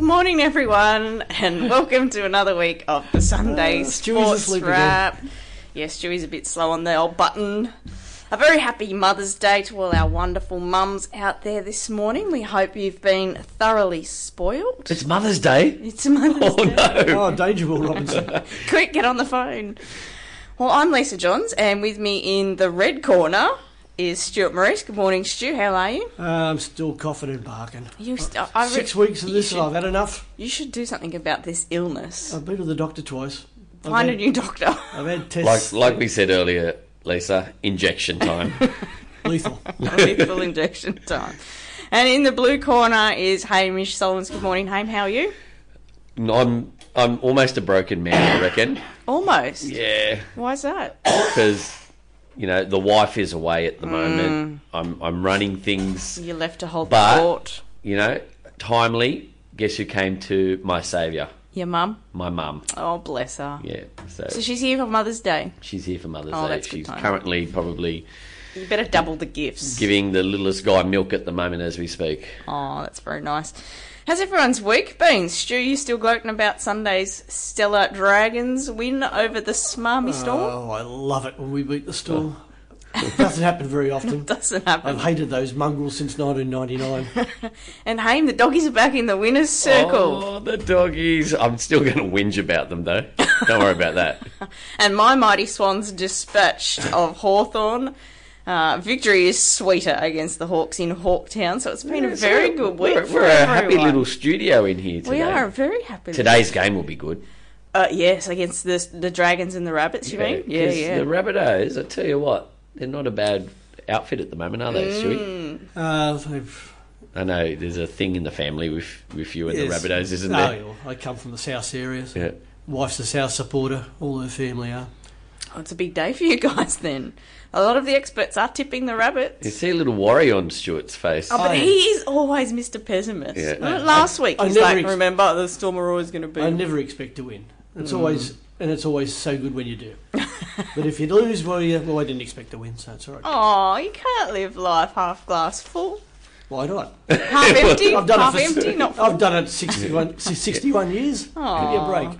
morning, everyone, and welcome to another week of the Sunday Uh, Ah, Stewie's Sports asleep Wrap. Yes, Stewie's a bit slow on the old button. A very happy Mother's Day to all our wonderful mums out there this morning. We hope you've been thoroughly spoiled. It's Mother's Day. It's Mother's Oh Day. no! Oh, Danger Will Robinson. Quick, get on the phone. Well, I'm Lisa Johns, and with me in the red corner is Stuart Maurice. Good morning, Stu. How are you? Uh, I'm still coughing and barking. You st- I re- Six weeks of you this, should- and I've had enough. You should do something about this illness. I've been to the doctor twice. I've Find a had, new doctor. I've had Like tests. like we said earlier, Lisa, injection time. lethal. Lethal injection time. And in the blue corner is Hamish Solomons. Good morning, Ham. How are you? I'm I'm almost a broken man. I reckon. Almost. Yeah, Why's that? because you know the wife is away at the Mm. moment. I'm I'm running things. You left to hold But- the fort. You know, timely. Guess who came to my saviour? Your mum. My mum. Oh, bless her. Yeah. So, So she's here for Mother's Day. she's here for Mother's Oh, Day. that's good she's timing. currently probably You better double the gifts. giving the littlest guy milk at the moment as we speak. Oh, that's very nice. How's everyone's week been? Stu, you still gloating about Sunday's Stellar Dragons win over the Smarmy Storm? Oh, I love it when we beat the storm. Doesn't happen very often. Doesn't happen. I've hated those mongrels since 1999. And Haim, the doggies are back in the winner's circle. Oh, the doggies. I'm still going to whinge about them, though. Don't worry about that. And my mighty swans dispatched of Hawthorn. Uh, victory is sweeter against the Hawks in Hawktown, so it's been a very good week. We're, for we're a happy everyone. little studio in here today. We are a very happy. Today's game will be good. Uh, yes, against the the dragons and the rabbits. You mean? Yeah, 'Cause yeah. The Rabbitohs, I tell you what, they're not a bad outfit at the moment, are they, Stewie? Uh, they've- I know there's a thing in the family with, with you and yes. the Rabbitohs, isn't oh, there? yeah, I come from the South area. so Yeah. Wife's a South supporter. All her family are. Oh, it's a big day for you guys. Then a lot of the experts are tipping the rabbits. You see a little worry on Stuart's face. Oh, but I- he is always Mr. Pessimist. Yeah. Uh, Last week, I he's never like, ex- remember, the storm are always going to be. I never expect to win. Mm. It's always and it's always so good when you do. but if you lose, well, yeah, well, I didn't expect to win, so it's all right. Oh, you can't live life half glass full, Why not? half empty, I've done half it for, empty, not full. I've done it 61, 61 years. Give me a break.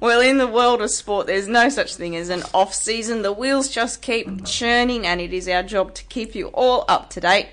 Well, in the world of sport, there's no such thing as an off season. The wheels just keep churning, and it is our job to keep you all up to date.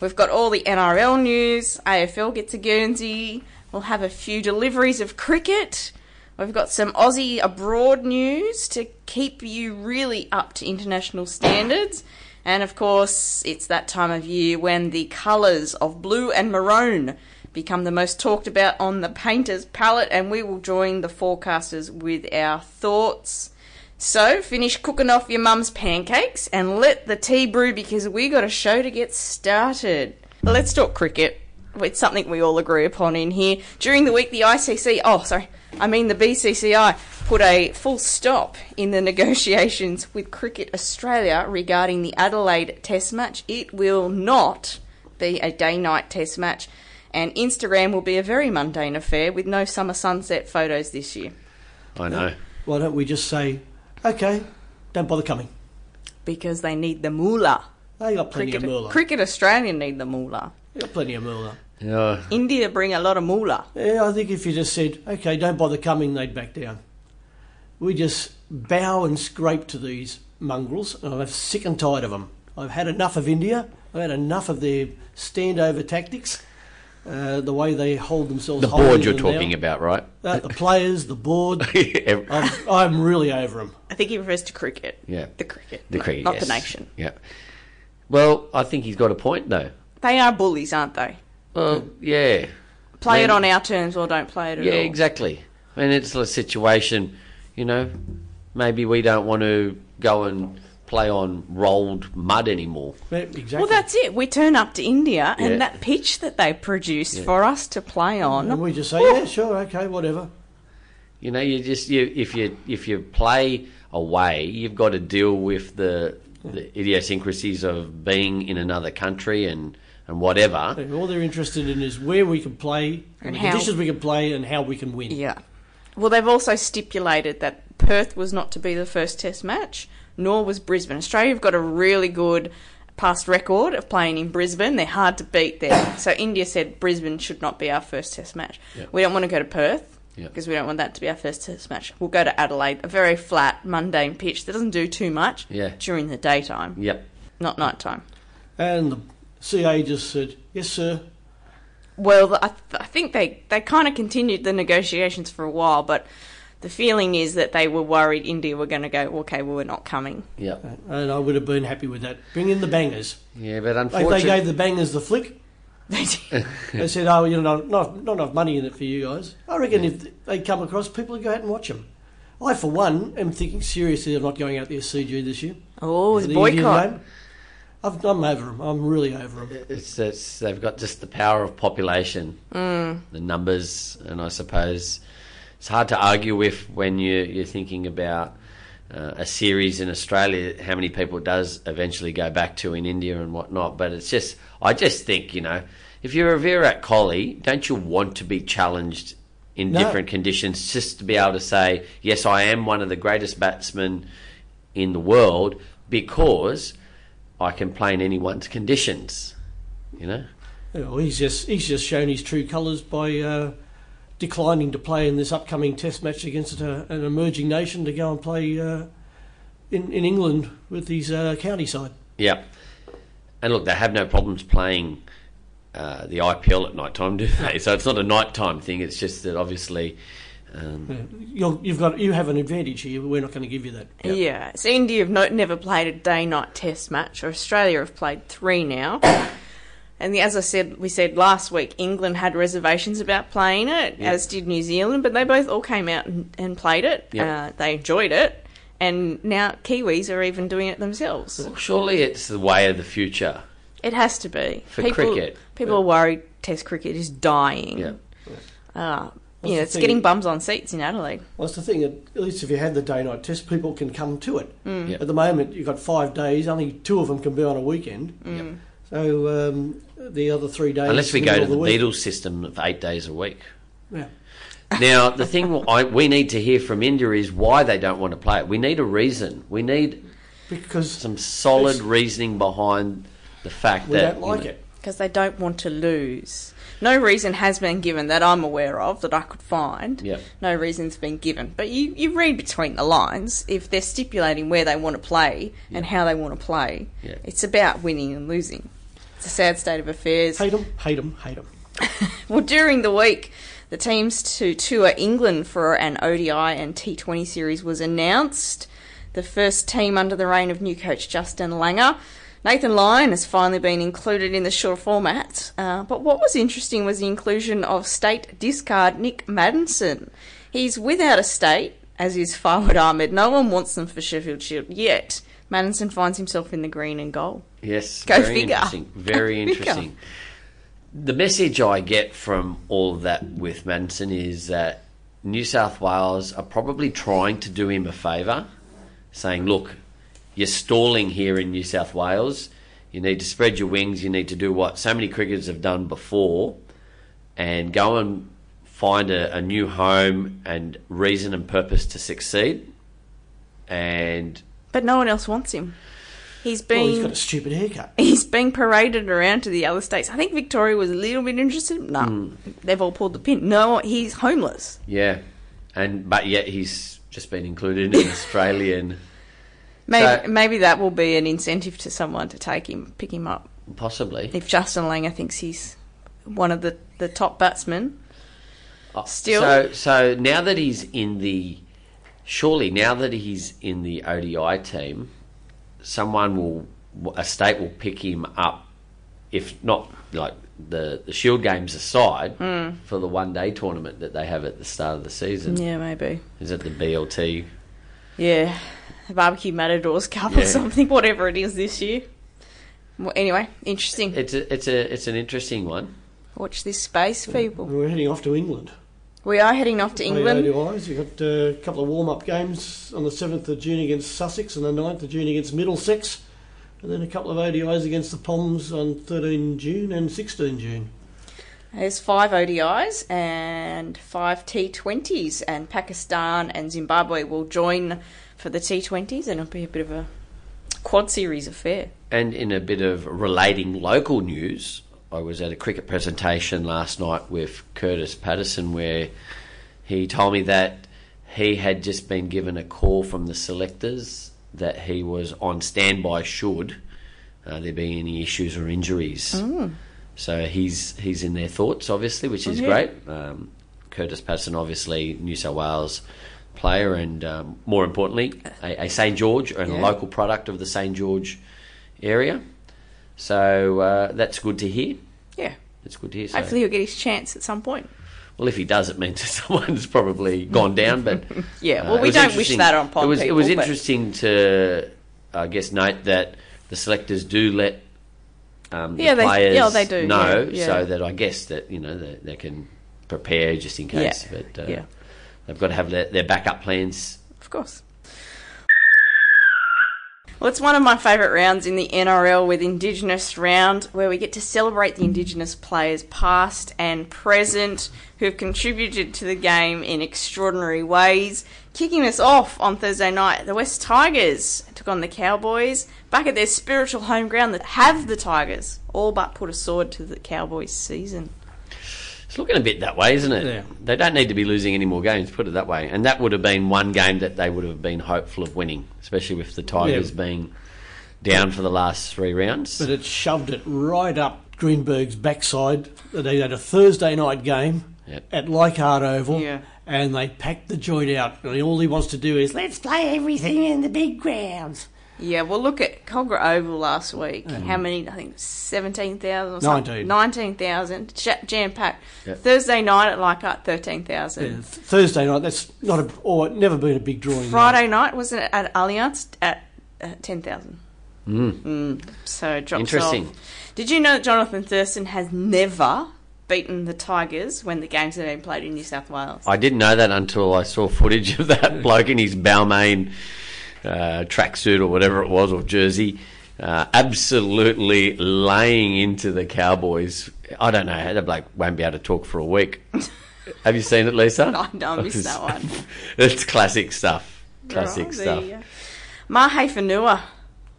We've got all the NRL news, AFL gets a Guernsey, we'll have a few deliveries of cricket. We've got some Aussie abroad news to keep you really up to international standards. And of course, it's that time of year when the colours of blue and maroon become the most talked about on the painter's palette, and we will join the forecasters with our thoughts. So, finish cooking off your mum's pancakes and let the tea brew because we got a show to get started. Let's talk cricket. It's something we all agree upon in here. During the week, the ICC, oh, sorry, I mean the BCCI, put a full stop in the negotiations with Cricket Australia regarding the Adelaide Test match. It will not be a day night Test match, and Instagram will be a very mundane affair with no summer sunset photos this year. I know. Why don't we just say, okay, don't bother coming. because they need the moolah. They got plenty Cricket, of moolah. cricket Australia need the moolah. they got plenty of moolah. Yeah. India bring a lot of moolah. Yeah, I think if you just said, okay, don't bother coming, they'd back down. We just bow and scrape to these mongrels, and I'm sick and tired of them. I've had enough of India. I've had enough of their standover tactics, uh, the way they hold themselves. The higher board you're than talking they about, right? are. Uh, the players, the board. Every- I've, I'm really over them. I think he refers to cricket. Yeah. The cricket. The no- cricket, Not yes. the nation. Yeah. Well, I think he's got a point though. They are bullies, aren't they? Well, yeah, Play it When- on our terms or don't play it at yeah, all. exactly. And it's a situation, you know, maybe we don't want to go and play on rolled mud anymore. Exactly. Well, that's it. We turn up to India and Yeah. that pitch that they produced for us to play And on. we just say, yeah, sure, okay, whatever. You know, you just you if you if you play away, you've got to deal with the the idiosyncrasies of being in another country and and whatever. All they're interested in is where we can play, And and the how- conditions we can play, and how we can win. Yeah. Well, they've also stipulated that Perth was not to be the first Test match, nor was Brisbane. Australia have got a really good past record of playing in Brisbane. They're hard to beat there. So India said Brisbane should not be our first Test match. Yep. We don't want to go to Perth Yep. because we don't want that to be our first Test match. We'll go to Adelaide, a very flat, mundane pitch that doesn't do too much Yeah. during the daytime, Yep. not nighttime. And the CA just said, yes, sir. Well, I, th- I think they, they kind of continued the negotiations for a while, but the feeling is that they were worried India were going to go, okay, well, we're not coming. Yep. And I would have been happy with that. Bring in the bangers. Yeah, but Like they unfortunately, gave the bangers the flick. They did. They said, oh, you know, not, not enough money in it for you guys. I reckon if they come across, people would go out and watch them. I, for one, am thinking seriously of not going out the SCG this year. oh, it's The a Indian boycott. game. I've, I'm over them. I'm really over them. it's, it's they've got just the power of population, the numbers, and I suppose it's hard to argue with when you, you're thinking about uh, a series in Australia, how many people it does eventually go back to in India and whatnot. But it's just, I just think, you know, if you're a Virat Kohli, don't you want to be challenged in No. different conditions just to be able to say, yes, I am one of the greatest batsmen in the world because I can play in anyone's conditions. You know, Well, he's just he's just shown his true colours by uh, declining to play in this upcoming Test match against a, an emerging nation to go and play uh, in in England with his uh, county side. yeah. And look, they have no problems playing uh, the IPL at night time, do they? So it's not a nighttime thing. It's just that obviously, Hmm. um, You're, you've got you have an advantage here. We're not going to give you that. Yep. Yeah, so India have not, never played a day-night test match, or Australia have played three now. and the, as I said, we said last week, England had reservations about playing it, as did New Zealand, but they both all came out and, and played it. Yep. Uh, they enjoyed it, and now Kiwis are even doing it themselves. surely it's the way of the future. It has to be For cricket. People are worried Test cricket is dying. Mm. Yeah. Uh, That's you the know, it's thing. getting bums on seats in Adelaide. Well, that's the thing. At least if you had the day-night test, people can come to it. Yep. At the moment, you've got five days. Only two of them can be on a weekend. Yep. So um, the other three days, Unless we go middle to of the week. Beatles system of eight days a week. Yeah. Now, the thing I, we need to hear from India is why they don't want to play it. We need a reason. We need because some solid reasoning behind the fact we that don't you like know, it. because they don't want to lose. No reason has been given that I'm aware of that I could find. Yep. No reason's been given, but you you read between the lines if they're stipulating where they want to play and how they want to play. Yeah. It's about winning and losing. It's a sad state of affairs. Hate them, hate them, hate them. Well, during the week, the teams to tour England for an ODI and T20 series was announced. The first team under the reign of new coach Justin Langer. Nathan Lyon has finally been included in the short format. Uh, but what was interesting was the inclusion of state discard Nick Maddinson. He's without a state, as is Fawad Ahmed. No one wants them for Sheffield Shield yet. Maddinson finds himself in the green and goal. Yes, Go very figure. interesting. Very Go figure. interesting. The message I get from all of that with Manson is that New South Wales are probably trying to do him a favour, saying, "Look, you're stalling here in New South Wales. You need to spread your wings. You need to do what so many cricketers have done before, and go and find a, a new home and reason and purpose to succeed." And But no one else wants him. He's been. Well, he's got a stupid haircut. he's being paraded around to the other states. I think Victoria was a little bit interested. No, Hmm. they've all pulled the pin. No, he's homeless. Yeah, and but yet he's just been included in Australian, Maybe, So- maybe that will be an incentive to someone to take him, pick him up. possibly. If Justin Langer thinks he's one of the, the top batsmen, Still- Oh, So, so now that he's in the, surely now that he's in the ODI team, someone will, a state will pick him up, if not like the the Shield games aside, for the one day tournament that they have at the start of the season. Hmm. yeah, maybe. Is it the BLT? Yeah, the barbecue matadors cup Yeah. or something, whatever it is this year. Well, anyway, interesting. It's a, it's a it's an interesting one. Watch this space, people. We're heading off to England. We are heading off to England. ODIs. You've got uh, a couple of warm up games on the 7th of June against Sussex and the 9th of June against Middlesex. And then a couple of ODIs against the Poms on 13 June and 16 June. There's five ODIs and five T20s, and Pakistan and Zimbabwe will join for the T20s, and it'll be a bit of a quad series affair. And in a bit of relating local news, I was at a cricket presentation last night with Curtis Patterson where he told me that he had just been given a call from the selectors that he was on standby should uh, there be any issues or injuries. So he's he's in their thoughts, obviously, which is Yeah. great. Um, Curtis Patterson, obviously, New South Wales player, and um, more importantly, a, a St George and a Yeah. local product of the St George area. So uh, that's good to hear. Yeah. It's good to hear. So. Hopefully he'll get his chance at some point. Well, if he does, it means someone's probably gone down. But Yeah, well, Uh, it we was don't wish interesting. that on Pond It was it was people, but- interesting to, I guess, note that the selectors do let um, the Yeah, they- players yeah, they do, know, yeah, yeah. so that I guess that you know they, they can prepare just in Yeah, case. But uh, yeah. they've got to have their, their backup plans. Of course. Well, it's one of my favourite rounds in the NRL with Indigenous Round, where we get to celebrate the Indigenous players, past and present, who have contributed to the game in extraordinary ways. Kicking us off on Thursday night, the West Tigers took on the Cowboys back at their spiritual home ground that have the Tigers all but put a sword to the Cowboys season. It's looking a bit that way, isn't it? Yeah. They don't need to be losing any more games, put it that way. And that would have been one game that they would have been hopeful of winning, especially with the Tigers Yeah. being down for the last three rounds. But it shoved it right up Greenberg's backside. They had a Thursday night game Yep. at Leichhardt Oval, Yeah. and they packed the joint out. And all he wants to do is let's play everything in the big grounds. Yeah, well, look at Cogra Oval last week. Mm. How many? I think seventeen thousand or something. Nineteen. Nineteen thousand. Jam packed. Yeah. Thursday night at Leichhardt, thirteen Yeah, thousand. th- Thursday night. That's not a or never been a big drawing. Friday night wasn't it at Allianz at uh, ten thousand. Mm. So it drops Interesting. off. Did you know that Jonathan Thurston has never beaten the Tigers when the games have been played in New South Wales? I didn't know that until I saw footage of that bloke in his Balmain uh, tracksuit or whatever it was, or jersey, uh, absolutely laying into the Cowboys. I don't know, that bloke won't be able to talk for a week. Have you seen it, Lisa? No, no, I missed that one. it's classic stuff. Right, Classic there stuff. you go. Mahe Fanua,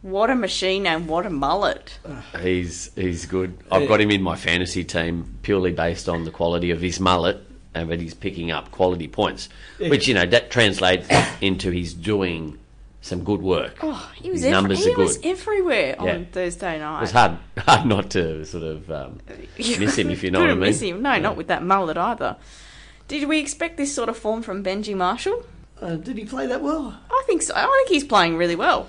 what a machine and what a mullet. He's he's good. I've got him in my fantasy team purely based on the quality of his mullet, and but he's picking up quality points, which you know that translates into he's doing some good work. Oh, he was, His ev- numbers he are good. was everywhere Yeah. on Thursday night. It's hard hard not to sort of um, miss him if you know what I Couldn't mean. miss him. No, not with that mullet either. Did we expect this sort of form from Benji Marshall? Uh, did he play that well? I think so. I think he's playing really well.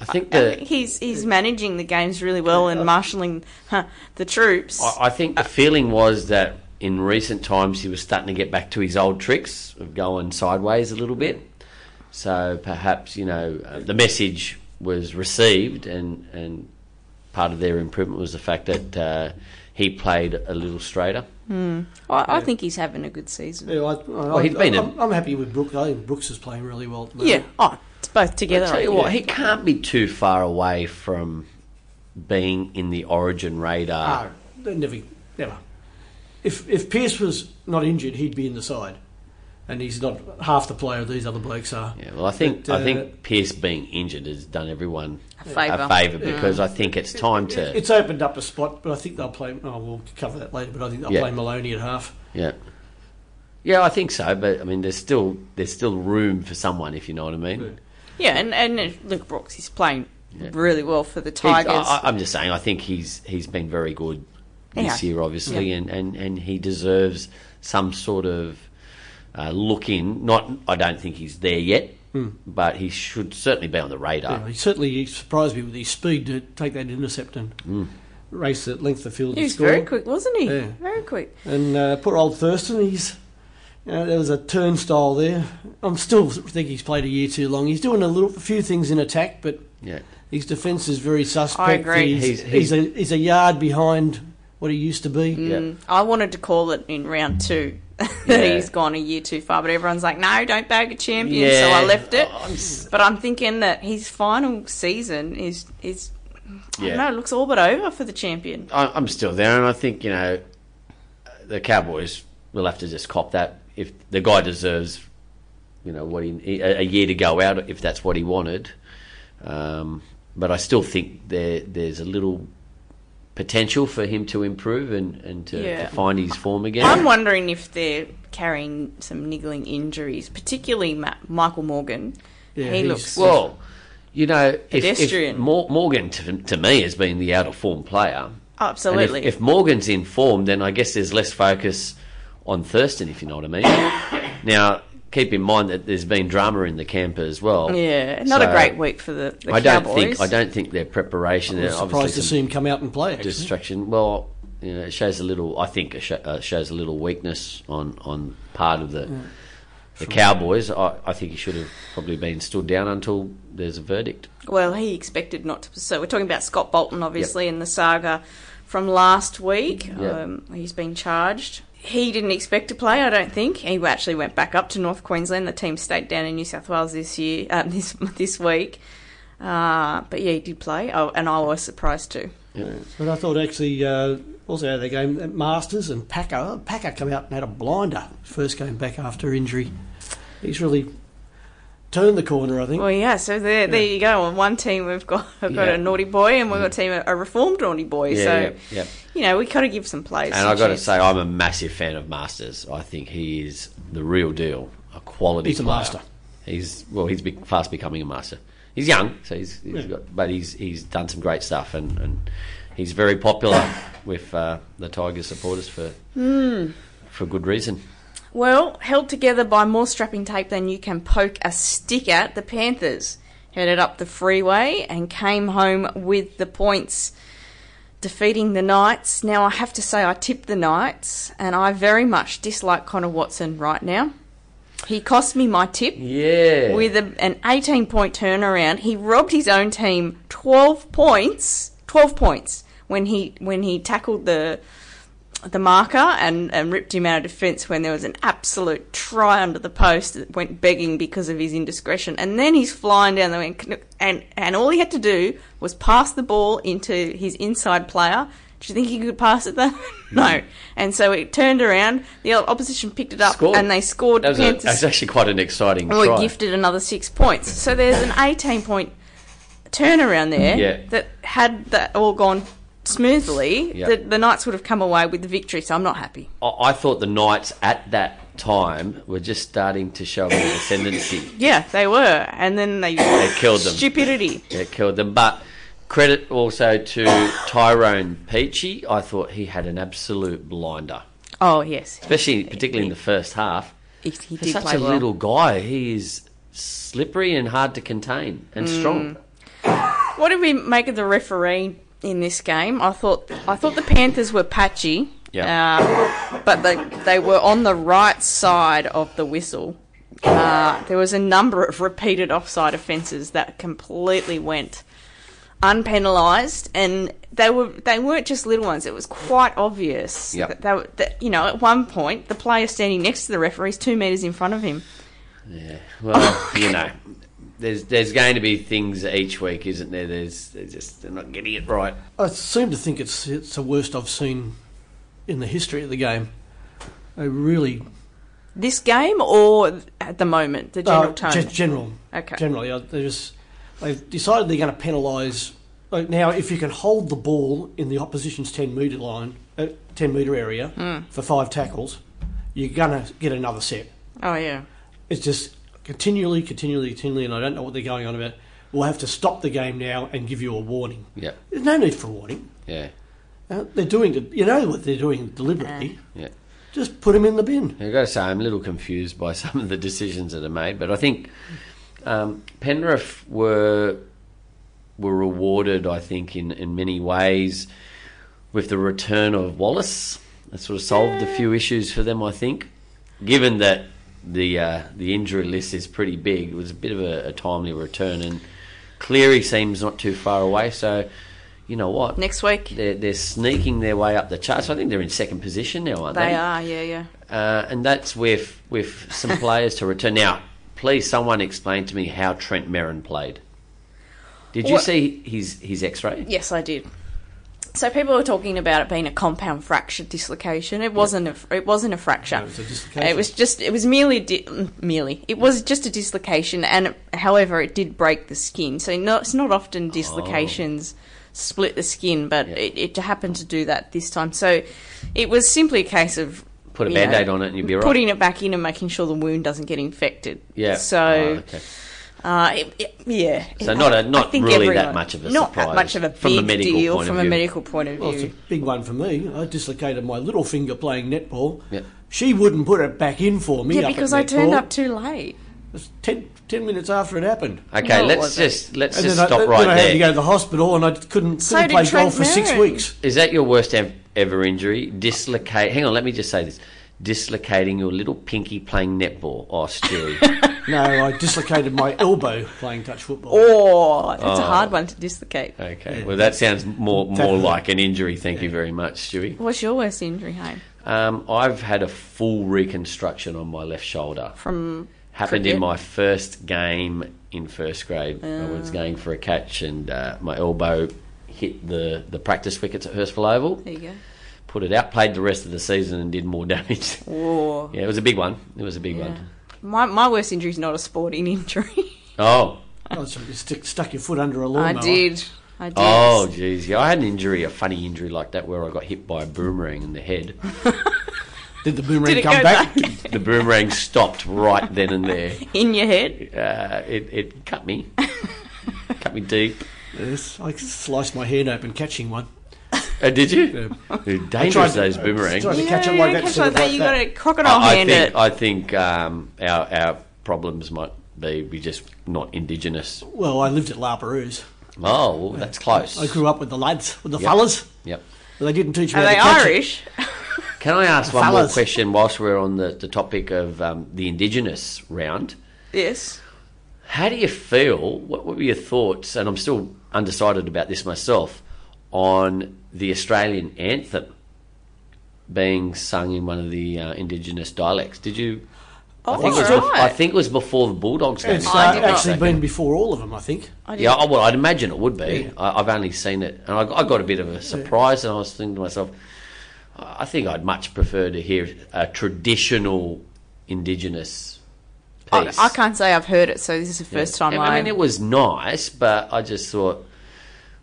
I think And the he's he's managing the games really well and marshalling huh, the troops. I I think the feeling was that in recent times he was starting to get back to his old tricks of going sideways a little bit. So perhaps you know uh, the message was received, and and part of their improvement was the fact that uh, he played a little straighter. I, I think he's having a good season. Yeah, I, I, he's I, been a- I'm, I'm happy with Brooks. I think Brooks is playing really well. at the Yeah. moment. Oh, it's both I together. tell you I what, think. he can't be too far away from being in the Origin radar. Ah, they never, never. If if Pierce was not injured, he'd be in the side, and he's not half the player these other blokes are. Yeah, well, I think But, I uh, think Pierce being injured has done everyone A favour. a favour because I think it's time to It's opened up a spot, but I think they'll play. Oh, we'll cover that later. But I think they'll Yeah. play Maloney at half. Yeah. Yeah, I think so, but I mean, there's still there's still room for someone, if you know what I mean. Yeah. Yeah, and, and uh, Luke Brooks, he's playing Yeah. really well for the He- Tigers. I, am just saying, I think he's he's been very good this Yeah. year, obviously, and, and, and he deserves some sort of uh, look in. Not, I don't think he's there yet, but he should certainly be on the radar. Yeah, he certainly surprised me with his speed to take that intercept and race that length of field. Mm. he and was score. very quick, wasn't he? Yeah. Very quick. And uh, poor old Thurston, he's you know, there was a turnstile there. I'm still think he's played a year too long. He's doing a little a few things in attack, but Yeah. his defence is very suspect. I agree. He's, He's- he's, a, he's a yard behind what he used to be. Yeah. Mm, I wanted to call it in round two that Yeah. he's gone a year too far, but everyone's like, no, don't bag a champion, so I Yeah. Oh, left it. I'm s- But I'm thinking that his final season is is I Yeah. don't know, it looks all but over for the champion. I, I'm still there, and I think you know the Cowboys will have to just cop that if the guy deserves, you know, what he a, a year to go out if that's what he wanted. Um, but I still think there there's a little potential for him to improve and, and to, Yeah. to find his form again. I'm wondering if they're carrying some niggling injuries, particularly Ma- Michael Morgan. Yeah, he he's- looks well, you know, if- if, Pedestrian. Oh, Mor- Morgan to, to me has been the out of form player. And if, absolutely. if Morgan's in form, then I guess there's less focus on Thurston, if you know what I mean. now, keep in mind that there's been drama in the camp as well. yeah, not So a great week for the, the I don't Cowboys. think I don't think their preparation. I was and obviously surprised to some see him come out and play. Actually. distraction. Well, you know, it shows a little. I think it sho- uh, shows a little weakness on on part of the the Cowboys. I, I think he should have probably been stood down until there's a verdict. Well, he expected not to. So we're talking about Scott Bolton, obviously, in the saga from last week. Yep. Um, he's been charged. He didn't expect to play, I don't think. He actually went back up to North Queensland. The team stayed down in New South Wales this year, uh, this this week. Uh, but yeah, he did play, oh, and I was surprised too. But I thought actually, uh, also out of the game, at Masters and Packer. Oh, Packer came out and had a blinder first game back after injury. He's really turned the corner, I think. Well, yeah. So there, there you go. On one team, we've got we've got Yeah. Mm. a naughty boy, and we've got a team a, a reformed naughty boy. Yeah, so yeah, yeah. you know, we got to give some plays. And I I got to say, I'm a massive fan of Masters. I think he is the real deal, a quality. He's a player. master. He's well, he's be- fast becoming a master. He's young, so he's, he's Yeah. got, but he's he's done some great stuff, and, and he's very popular with uh, the Tigers supporters for Hmm. for good reason. Well, held together by more strapping tape than you can poke a stick at, the Panthers headed up the freeway and came home with the points, defeating the Knights. Now, I have to say, I tipped the Knights, and I very much dislike Connor Watson right now. He cost me my tip Yeah, with a, an 18 point turnaround. He robbed his own team 12 points, 12 points when he when he tackled the the marker and, and ripped him out of defence when there was an absolute try under the post that went begging because of his indiscretion. And then he's flying down the wing, and, and all he had to do was pass the ball into his inside player. Do you think he could pass it though? no. And so it turned around, the opposition picked it up, Scored. and they scored. that was, a- Panthers- that was actually quite an exciting and we're try. gifted another six points. So there's an 18 point turnaround there Yeah. that had that all gone smoothly, Yeah. the, the Knights would have come away with the victory. So I'm not happy. I, I thought the Knights at that time were just starting to show an ascendancy. Yeah, they were, and then they, they killed them. Stupidity. that killed them. But credit also to Tyrone Peachy. I thought he had an absolute blinder, Oh yes, especially particularly in the first half. he, he For did such play a well. little guy, he is slippery and hard to contain and Mm. strong. What did we make of the referee in this game? I thought I thought the Panthers were patchy. Yeah. Uh, but they they were on the right side of the whistle. Uh, there was a number of repeated offside offences that completely went unpenalised, and they were they weren't just little ones. It was quite obvious. Yep. That they were, that, you know, at one point the player standing next to the referee is two metres in front of him. Yeah. Well, you know, there's there's going to be things each week, isn't there? There's they're just they're not getting it right. I seem to think it's it's the worst I've seen in the history of the game. They really This game or at the moment, the general Uh, tone. ge- general. Okay. Generally, uh, they just they've decided they're going to penalise. Like now, if you can hold the ball in the opposition's ten metre line, uh, ten metre area Hmm. for five tackles, you're going to get another set. oh yeah. It's just continually, continually, continually, and I don't know what they're going on about. We'll have to stop the game now and give you a warning. Yeah. There's no need for a warning. Yeah. Uh, they're doing it. You know what they're doing deliberately. Yeah. Just put them in the bin. I've got to say, I'm a little confused by some of the decisions that are made, but I think um, Penrith were were rewarded, I think, in, in many ways with the return of Wallace. That sort of solved a few issues for them, I think. Given that the uh, the injury list is pretty big, it was a bit of a, a timely return, and Cleary seems not too far away. So, you know what? Next week They're, they're sneaking their way up the charts. I think they're in second position now, aren't they? They are, yeah, yeah. uh, and that's with with some players to return. Now, please, someone explain to me how Trent Merrin played. Did you What- see his his X-ray? Yes, I did. So people were talking about it being a compound fracture dislocation. It wasn't a it wasn't a fracture. No, it's a dislocation. it was just it was merely a di- merely it was just a dislocation, and it- however it did break the skin. So not, it's not often dislocations split the skin, but Oh. Yeah. it, it happened to do that this time. So it was simply a case of Put a you know, Band-Aid on it and you'll be all right. Putting it back in and making sure the wound doesn't get infected. Yeah. So. Ah, okay. Uh, it, it, yeah. So not a- I- not I think really that everyone- much of a not that surprise much of a from a big medical deal point of from a view. medical point of Well, it's a view. big one for me. I dislocated my little finger playing netball. Yep. She wouldn't put it back in for me. yeah, up at because I turned netball. up too late. It was ten, 10 minutes after it happened. Okay, No, it let's wasn't. just let's And just then stop I, right then I had to there. go to the hospital and I couldn't, So couldn't did play Trent golf for six Merrin. weeks. Is that your worst ev- ever injury? Dislocate. Hang on, let me just say this: dislocating your little pinky playing netball. Oh, Stewie. No, I dislocated my elbow playing touch football. Oh, that's a hard one to dislocate. okay. Well, that sounds more more Definitely. like an injury. Thank you very much, Stewie. What's your worst injury, home? Um, I've had a full reconstruction on my left shoulder. From Happened cricket? in my first game in first grade. I Ah. was going for a catch and uh, my elbow hit the, the practice wickets at Hurstville Oval. There you Put it out, played the rest of the season and did more damage. go. Oh, yeah, it was a big one. It was a big yeah. one. My my worst injury is not a sporting injury. Oh, Oh, so you stick, stuck your foot under a I lawnmower. did. I did. oh, geez. Yeah, I had an injury, a funny injury like that where I got hit by a boomerang in the head. Did the boomerang Did it come go back? back the boomerang stopped right then and there. in your head? Uh, it, it cut me. cut me deep. Yes, I sliced my hand open catching one. Um, Uh, did you? They're dangerous, to- those I boomerangs. tried to- I, You catch it like that, catch sort of like that, like You that. got a crocodile I hand think, it. I think um, our, our problems might be we just not indigenous. Well, I lived at La Perouse. Oh, well, that's close. I grew up with the lads, with the fellas. Yep. But they didn't teach me Are how they to catch it. Irish? Can I ask one more Fellas. question whilst we're on the, the topic of um, the indigenous round? yes. How do you feel? What were your thoughts? And I'm still undecided about this myself on the Australian anthem being sung in one of the uh, indigenous dialects. Did you? Oh, I think, it was, all bef- right. I think it was before the Bulldogs game. It's if uh, I I'm did not not actually mistaken. been before all of them, I think. I didn't- Yeah, oh, well, I'd imagine it would be. Yeah. I, I've only seen it, and I, I got a bit of a surprise, and I was thinking to myself, I I think I'd much prefer to hear a traditional indigenous I, piece. I can't say I've heard it, so this is the first time I I. mean, it was nice, but I just thought,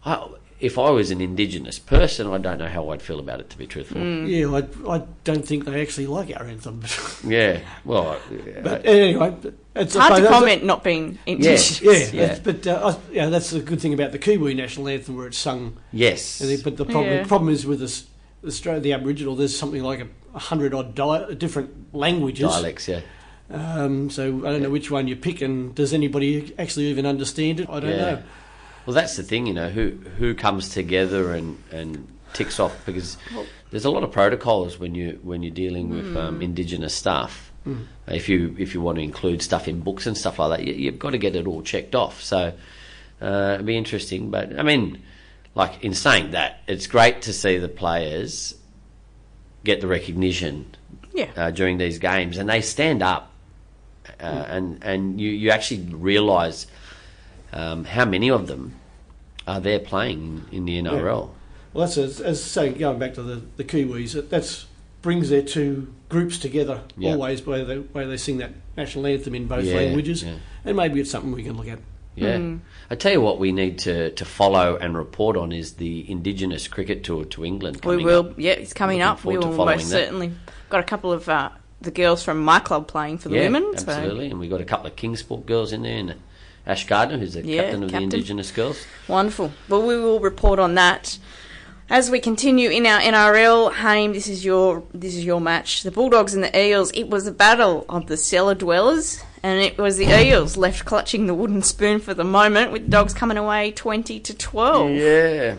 I, if I was an indigenous person, I don't know how I'd feel about it. To be truthful, Mm. Yeah, I, I don't think they actually like our anthem. yeah. Well, yeah, but anyway, it's It's hard but to that's- comment not being indigenous. Yeah, Yeah. that's- but uh, I, yeah, that's the good thing about the Kiwi national anthem where it's sung. yes, and they- But the problem, Yeah. the problem is with this, Australia, the Aboriginal, there's something like a, a hundred odd di- different languages. dialects. Yeah, Um, so I don't know which one you pick, and does anybody actually even understand it? I don't Yeah. know. Well, that's the thing, you know, who who comes together and and ticks off because there's a lot of protocols when you when you're dealing with um, indigenous stuff. Hmm. If you if you want to include stuff in books and stuff like that, you, you've got to get it all checked off. So uh, it'd be interesting, but I mean, like in saying that, it's great to see the players get the recognition Yeah. uh, during these games, and they stand up, uh, and and you you actually realise um, how many of them are there playing in the NRL. Well, that's as, as say going back to the, the Kiwis. That that's brings their two groups together Yeah. always by the way they sing that national anthem in both Yeah, languages, yeah. and maybe it's something we can look at. Yeah, Hmm. I tell you what, we need to to follow and report on is the Indigenous cricket tour to England. We coming will. up. Yeah, it's coming Looking up. We forward to will following most that. certainly. Got a couple of uh, the girls from my club playing for the yeah, women. absolutely. And we got a couple of Kingsport girls in there, and Ash Gardner, who's the Yeah, captain of captain. the Indigenous girls. So wonderful. Well, we will report on that as we continue in our NRL. Haim, this is your this is your match. The Bulldogs and the Eels. It was a battle of the cellar dwellers, and it was the Eels left clutching the wooden spoon for the moment, with the Dogs coming away twenty to twelve. Yeah,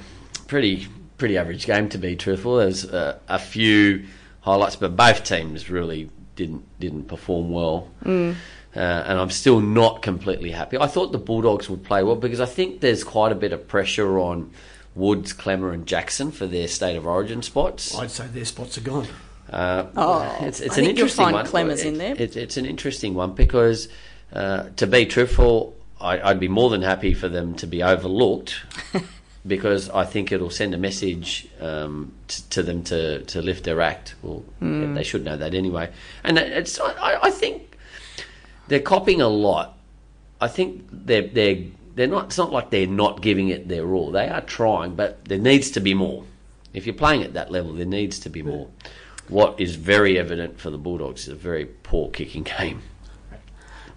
pretty pretty average game to be truthful. There's uh, a few highlights, but both teams really didn't didn't perform well. Mm. Uh, and I'm still not completely happy. I thought the Bulldogs would play well because I think there's quite a bit of pressure on Woods, Clemmer, and Jackson for their state of origin spots. I'd say their spots are gone. Uh, Oh, it's, I it's an think you'll interesting find one. Clemmer's It- in there. It's, it's an interesting one because, uh, to be truthful, I, I'd be more than happy for them to be overlooked because I think it'll send a message um, t- to them to, to lift their act. Well, Hmm. yeah, they should know that anyway. And it- it's I, I think they're copying a lot. I think they're they're they're not. It's not like they're not giving it their all. They are trying, but there needs to be more. If you're playing at that level, there needs to be more. What is very evident for the Bulldogs is a very poor kicking game.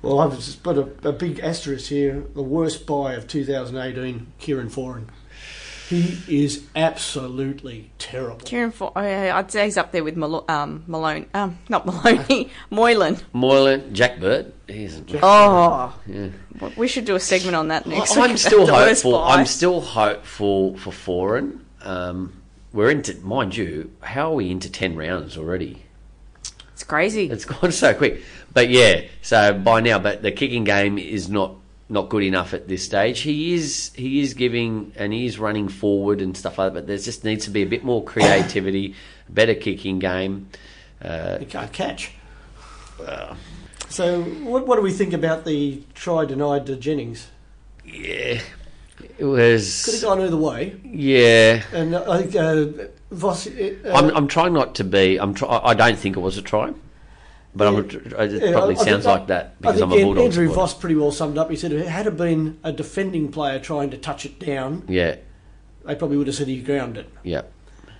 Well, I've just put a, a big asterisk here. The worst buy of 2018, Kieran Foran. He is absolutely terrible. Kieran for oh, yeah, yeah, I'd say he's up there with Malo- um, Malone, um, not Maloney, Moylan. Moylan, Jack Bird, he isn't. Oh, W- we should do a segment on that next. I'm week. still The worst hopeful. buy. I'm still hopeful for foreign. Um, we're into, mind you, how are we into ten rounds already? it's crazy. It's gone so quick. But yeah, so by now, but the kicking game is not not good enough at this stage. He is he is giving and he is running forward and stuff like that. But there just needs to be a bit more creativity, better kicking game. Uh, He can't catch. So, what, what do we think about the try denied to Jennings? yeah, it Could have was gone either way. yeah. And I think uh, Voss. uh, I'm, I'm trying not to be. I'm. Try, I don't think it was a try, but I'm. a- It Yeah, probably uh, I- I think sounds I- like that I because think I'm a An- bulldog. Andrew supporter. Voss pretty well summed up. He said, had it been a defending player trying to touch it down, Yeah, they probably would have said he ground it. yeah,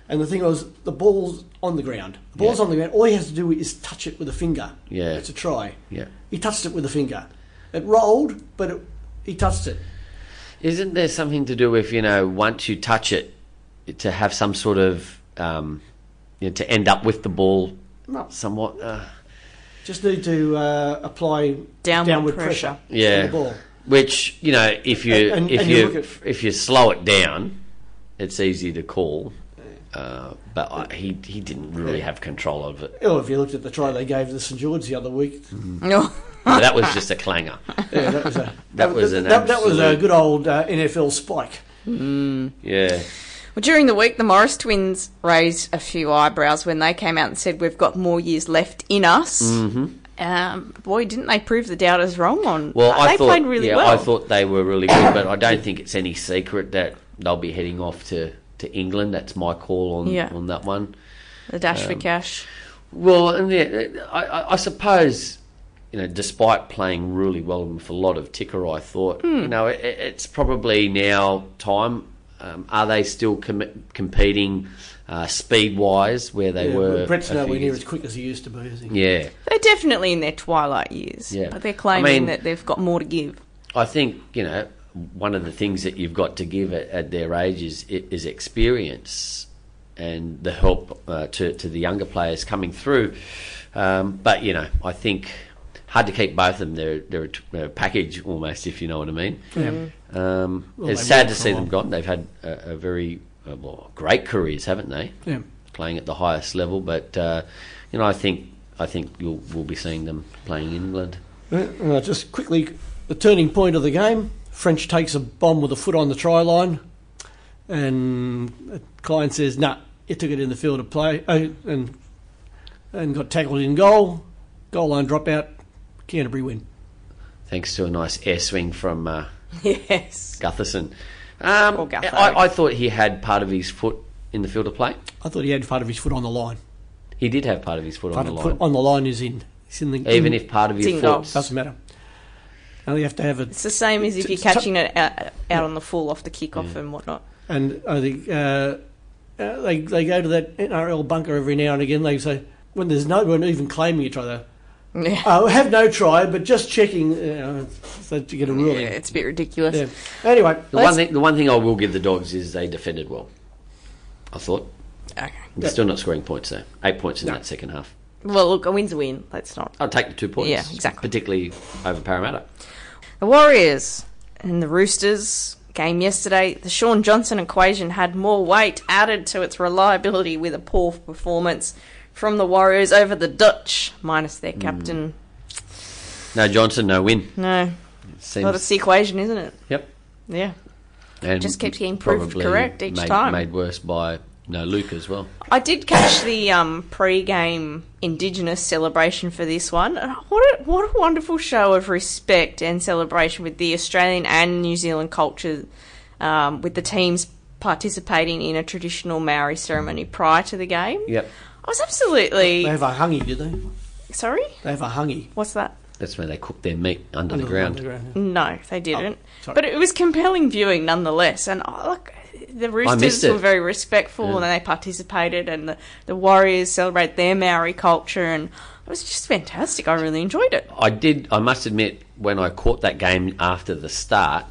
And the thing was, the ball's on the ground. The ball's Yeah. on the ground. All he has to do is touch it with a finger. Yeah. It's a try. yeah. He touched it with a finger. It rolled, but it, he touched it. Isn't there something to do with you know once you touch it, to have some sort of um, you know, to end up with the ball No. somewhat? Uh, Just need to uh, apply Downward pressure. pressure. Yeah. On the ball. which you know if you And- and- if and you you, look at- if you slow it down, it's easy to call. Uh, but I, he he didn't really have control of it. Oh, if you looked at the try they gave the St George the other week, No, that was just a clanger. yeah, that was a That was an that, that was a absolute- good old uh, NFL spike. Yeah. Well, during the week, the Morris twins raised a few eyebrows when they came out and said, "We've got more years left in us." Mm-hmm. Um, boy, didn't they prove the doubters wrong? On Well, I they thought played really yeah, well. I thought they were really good, but I don't think it's any secret that they'll be heading off to, to England. That's my call on Yeah. on that one. the dash for um, cash. Well, and yeah, I, I- I suppose you know, despite playing really well with a lot of ticker, I thought Hmm. you know it, it's probably now time. Um, are they still com- competing uh, speed wise where they Yeah, were? Brett's a few nowhere near years- as quick as he used to be, is he? Yeah. They're definitely in their twilight years, Yeah. but they're I claiming mean- that they've got more to give. I think you know one of the things that you've got to give at, at their age is is experience and the help uh, to to the younger players coming through. Um, but you know, I think hard to keep both of them. They're they're a, t- a package almost, if you know what I mean. Um, Well, it's they sad will for a to see while. them gone. They've had a, a very uh, well, great careers, haven't they? Yeah. Playing at the highest level, but uh, you know, I think I think you'll we'll be seeing them playing England. Uh, uh, just quickly, the turning point of the game. French takes a bomb with a foot on the try line, and Klein says, "Nah, he took it in the field of play oh, and and got tackled in goal. Goal line dropout. Canterbury win." Thanks to a nice air swing from. Uh, Yes. Gutherson. Um, Or Gutho. I, I thought he had part of his foot in the field of play. I thought he had part of his foot on the line. He did have part of his foot on Part the of line. foot on the line is in. It's in the even in- if part of your It's in goal. foot. doesn't matter. And you have to have it. It's the same as if you're It's- it's- catching it out, out on the full off the kickoff and whatnot. And I think uh, uh, they they go to that NRL bunker every now and again. They say when there's no one even claiming a try, they Yeah. oh, have no try, but just checking uh, so to get a ruling. Yeah, Yeah, it's a bit ridiculous. Anyway, The one thing, the one thing I will give the dogs is they defended well. I thought. Okay. They're Still not scoring points though. Eight points in that second half. Well, look, a win's a win. Let's not. I'll take the two points. Yeah, exactly. Particularly over Parramatta. The Warriors and the Roosters game yesterday. The Sean Johnson equation had more weight added to its reliability with a poor performance from the Warriors over the Dutch, minus their captain. No Johnson, no win. No, Seems. not the equation, isn't it? yep. Yeah. And Just keeps getting proved probably correct each made, time. Made worse by no Luke as well. I did catch the um, pre-game Indigenous celebration for this one. And What a, what a wonderful show of respect and celebration with the Australian and New Zealand culture, um, with the teams participating in a traditional Maori ceremony prior to the game. Yep, I was absolutely They have a hungy, do they? sorry. They have a hungy. What's that? that's where they cook their meat under, the ground. No, Oh, they didn't. sorry. but it was compelling viewing nonetheless. And oh, look, the Roosters missed it. were very respectful and they participated, and the, the Warriors celebrate their Maori culture, and it was just fantastic. I really enjoyed it. I did. I must admit, when I caught that game after the start,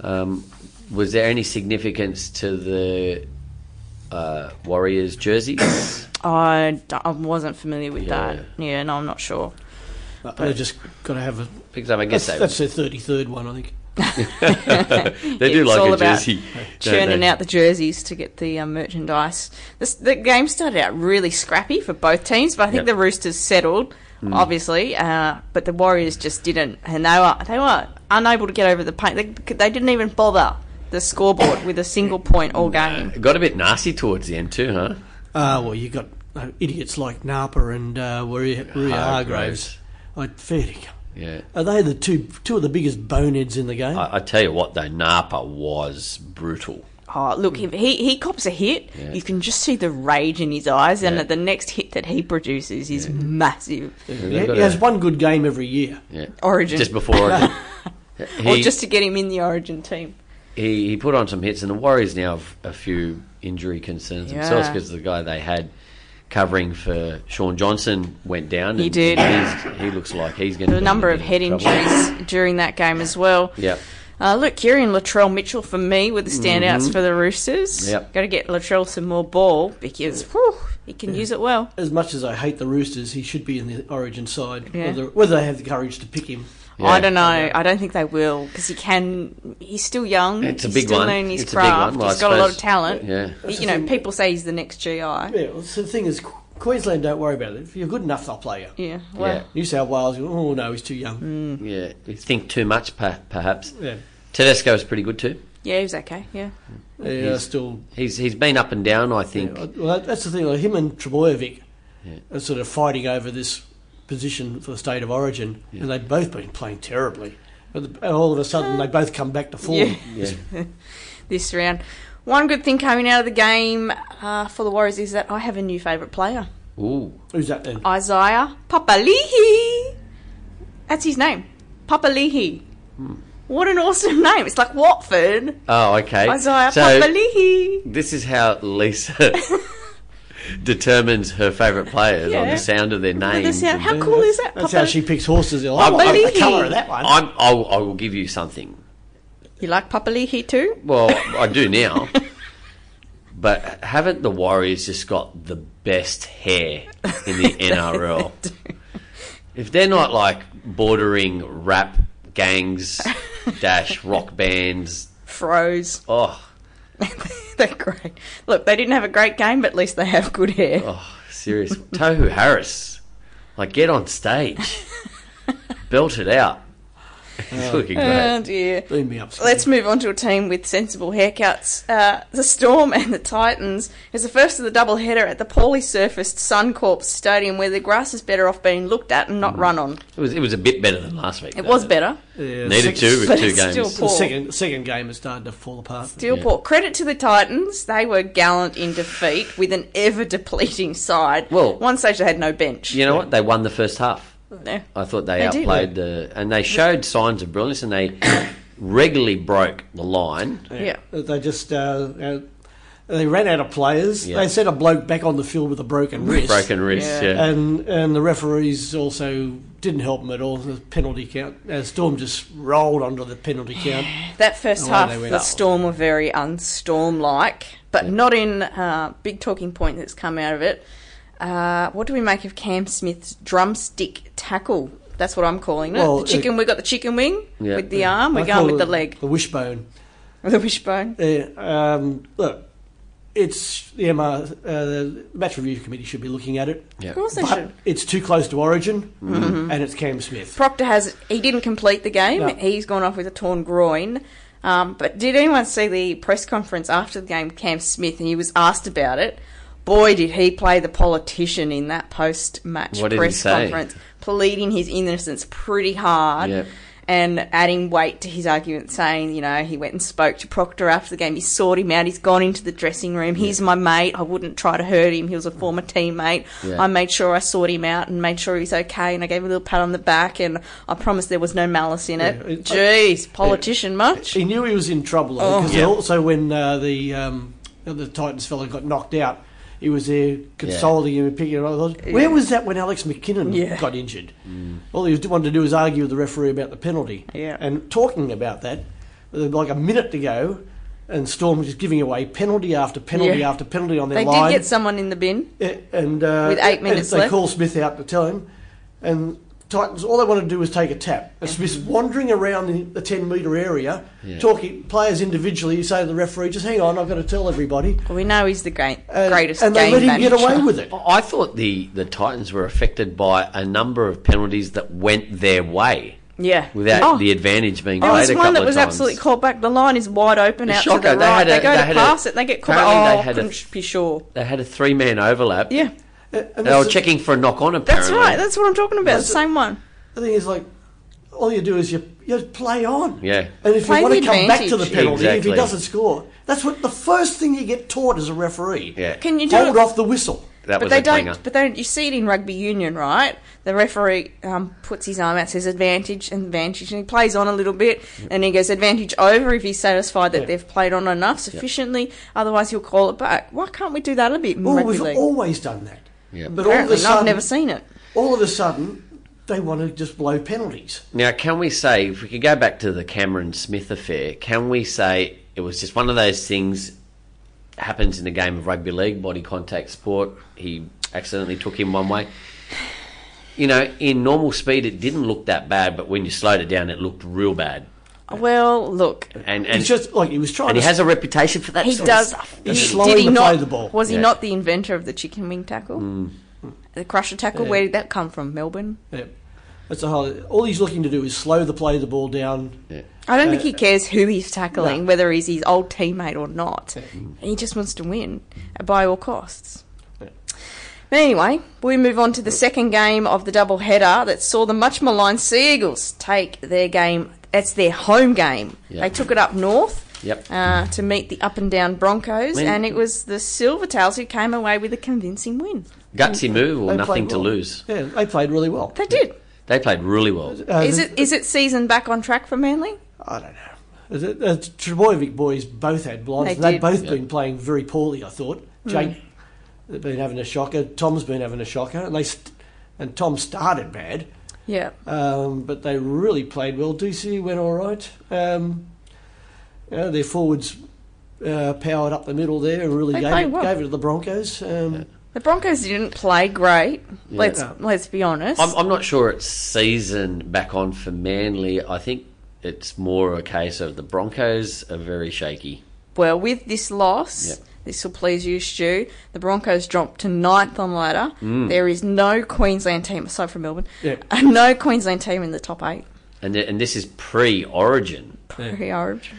um, was there any significance to the uh, Warriors jerseys? I, d- I wasn't familiar with Yeah. that. Yeah, no, I'm not sure. But they've just got to have a. because I guess That's, they, that's their 33rd one, I think. they do It's like all a about jersey. don't Churning they? out the jerseys to get the um, merchandise. This, the game started out really scrappy for both teams, but I think Yep. the Roosters settled, Hmm. obviously. Uh, but the Warriors just didn't, and they were they were unable to get over the paint. They, they didn't even bother the scoreboard with a single point all game. It got a bit nasty towards the end too, huh? Ah, well, you've got uh, idiots like Napa and uh, Rui Rui Hargraves. Hargraves. I fair to go. Yeah. Are they the two two of the biggest boneheads in the game? I, I tell you what, though, Napa was brutal. Oh, look, if he, he cops a hit, Yeah. you can just see the rage in his eyes, and Yeah. that the next hit that he produces is massive. he They've got he has a- one good game every year. yeah. Origin. Just before, Or he, just to get him in the Origin team. he he put on some hits, and the Warriors now have a few injury concerns themselves Yeah. because the guy they had covering for Sean Johnson went down. He and did. he's- he looks like he's going to The number of head injuries during that game as well. Yep. Uh, look, Kieran Latrell Mitchell for me were the standouts for the Roosters. Mm-hmm. Yep. Got to get Latrell some more ball because whew, he can use it well. As much as I hate the Roosters, he should be in the Origin side. Yeah. Whether, whether they have the courage to pick him, I Yeah. don't know. I don't think they will because he can. He's still young. It's a he's big still one. learning his It's a big craft. one. Well, I he's got a lot of suppose- talent. Yeah. You know, people say he's the next GI. Yeah. yeah. Well, so the thing is, Qu- Queensland don't worry about it. If you're good enough, they'll play you. Well, Yeah. New South Wales, oh no, he's too young. Mm. Yeah, you think too much, per- perhaps. Yeah, Tedesco is pretty good too. yeah, he's okay. Yeah. yeah, still. He's he's been up and down. I think. yeah, well, that- that's the thing. Like him and Trebojevic are sort of fighting over this position for the state of Origin, and they've both been playing terribly. But the- all of a sudden, they both come back to form. Yeah. Yeah. This round, one good thing coming out of the game uh, for the Warriors is that I have a new favourite player. Ooh. Who's that then? Isaiah Papalihi. That's his name. Papalihi. What an awesome name. It's like Watford. Oh, okay. Isaiah so Papalihi. this is how Lisa determines her favourite players on Yeah. the sound of their With names. the sound- and- How cool is that? That's how Papali- she picks horses. Oh, I'm- I like the Papalihi. colour of that one. I'm, I'll, I will give you something. You like Papalihi too? Well, I do now. But haven't the Warriors just got the best hair in the NRL? if they're not like bordering rap gangs dash rock bands, Froze. oh, They're great. Look, they didn't have a great game, but at least they have good hair. oh serious. Tohu Harris, like get on stage, belt it out. It's looking Oh great. dear. Leave me up. Scott. Let's move on to a team with sensible haircuts. Uh, the Storm and the Titans is the first of the double header at the poorly surfaced Suncorp Stadium, where the grass is better off being looked at and not run on. It was it was a bit better than last week. It though. was better. Yeah, Needed six- to with but two it's games. still The poor. second second game is starting to fall apart. Steelport. Credit to the Titans. They were gallant in defeat with an ever depleting side. Well- one stage they had no bench. You know what? They won the first half. Yeah. I thought they, They did. outplayed the, and they showed signs of brilliance, and they regularly broke the line. Yeah. They just uh, uh, they ran out of players. Yeah. They sent a bloke back on the field with a broken wrist. Broken wrist, Yeah. yeah. And and the referees also didn't help them at all. The penalty count. Uh, Storm just rolled onto the penalty count. That first Oh, half, they went the up. Storm were very unstorm-like, but not in uh, big talking point that's come out of it. Uh, what do we make of Cam Smith's drumstick tackle? That's what I'm calling it. Well, the chicken. we got the chicken wing Yeah. with the arm. We're I going call with the it leg, the wishbone. the wishbone. Yeah, um, look, it's the MR, uh, the match review committee should be looking at it. Yeah. Of course they should. Mm-hmm. But it's too close to Origin, and it's Cam Smith. Proctor has he didn't complete the game. No. He's gone off with a torn groin. Um, but did anyone see the press conference after the game, Cam Smith, and he was asked about it? Boy, did he play the politician in that post-match What did he press say? conference, pleading his innocence pretty hard. Yep. and adding weight to his argument, saying, you know, he went and spoke to Proctor after the game. He sought him out. He's gone into the dressing room. He's my mate. I wouldn't try to hurt him. He was a former teammate. Yeah. I made sure I sought him out and made sure he's okay. And I gave him a little pat on the back. And I promised there was no malice in it. Yeah, it- Jeez, politician much? He knew he was in trouble Oh, though, because Yeah. also when uh, the um, the Titans fella got knocked out, he was there consoling him and picking him up. Where was that when Alex McKinnon Yeah. Mm. got injured? All he was, wanted to do was argue with the referee about the penalty. Yeah. And talking about that, with like a minute to go, and Storm was just giving away penalty after penalty Yeah. after penalty on their They did line. get someone in the bin. Yeah, and uh, With eight and minutes they left. call Smith out to tell him, and Titans all they want to do is take a tap. And Smith's wandering around in the ten metre area, Yeah. talking players individually, saying to the referee, "Just hang on, I've got to tell everybody." Well, we know he's the great, And, greatest and they game let him get manager. away with it. I thought the, the Titans were affected by a number of penalties that went their way Yeah. without Oh, the advantage being There played was a one couple that of was times. absolutely called back. The line is wide open It's out to shocking. the They right. had They, a- go they to had a- pass it and they get called apparently back. they Oh, had a- couldn't be sure. They had a three man overlap. Yeah, And, and They were that's the- checking for a knock on, apparently. that's right. That's what I'm talking about. The That's it. same one. The thing is, like, all you do is you you play on. Yeah. And if Play you want the to come back to the advantage. penalty, if Exactly. he doesn't score, that's what the first thing you get taught as a referee. yeah. Can you do Hold it? off the whistle. that but was they a don't. clinger. But they don't. You see it in rugby union, right? The referee um, puts his arm out, says advantage and advantage, and he plays on a little bit, and he goes advantage over if he's satisfied that Yeah. they've played on enough sufficiently. Otherwise, he'll call it back. Why can't we do that a bit? in Well, rugby we've league? always done that. Yeah. But all of Apparently, a and sudden, I've never seen it. all of a sudden they want to just blow penalties. Now, can we say, if we could go back to the Cameron Smith affair, can we say it was just one of those things happens in the game of rugby league, body contact sport? He accidentally took him one way. You know, in normal speed, it didn't look that bad, but when you slowed it down, it looked real bad. Well, look, And It's and, just like he was trying and to. he has a reputation for that. He sort of does. stuff. he- And slowing the play of the ball. Mm. Was he Yeah. not the inventor of the chicken wing tackle? The crusher tackle? Yeah. Where did that come from? Melbourne? Yeah. That's the whole. All he's looking to do is slow the play of the ball down. Yeah. I don't think he cares who he's tackling, whether he's his old teammate or not. He just wants to win by all costs. Yeah. But anyway, we move on to the second game of the double header that saw the much maligned Sea Eagles take their game. That's their home game. Yeah. They took it up north. Yep. Uh, to meet the up and down Broncos, When- and it was the Silvertails who came away with a convincing win. Gutsy move or They nothing played to well. lose. Yeah, they played really well. They did. They played really well. Uh, Is the- it is it season back on track for Manly? I don't know. The, the Trebojevic boys both had They blinds. They did. have both Yeah. been playing very poorly. I thought Jake had been having a shocker. Tom's been having a shocker, and they st- and Tom started bad, Yeah. um, but they really played well. DC went all right. Um, you know, their forwards uh, powered up the middle there and really They gave played it, well. gave it to the Broncos. Um, The Broncos didn't play great. Let's No. let's be honest. I'm, I'm not sure it's season back on for Manly. I think it's more a case of the Broncos are very shaky. well, with this loss, Yep. this will please you, Stu. The Broncos dropped to ninth on ladder. Mm. There is no Queensland team aside from Melbourne. Yep. No Queensland team in the top eight. And, th- and this is pre Origin. Pretty average.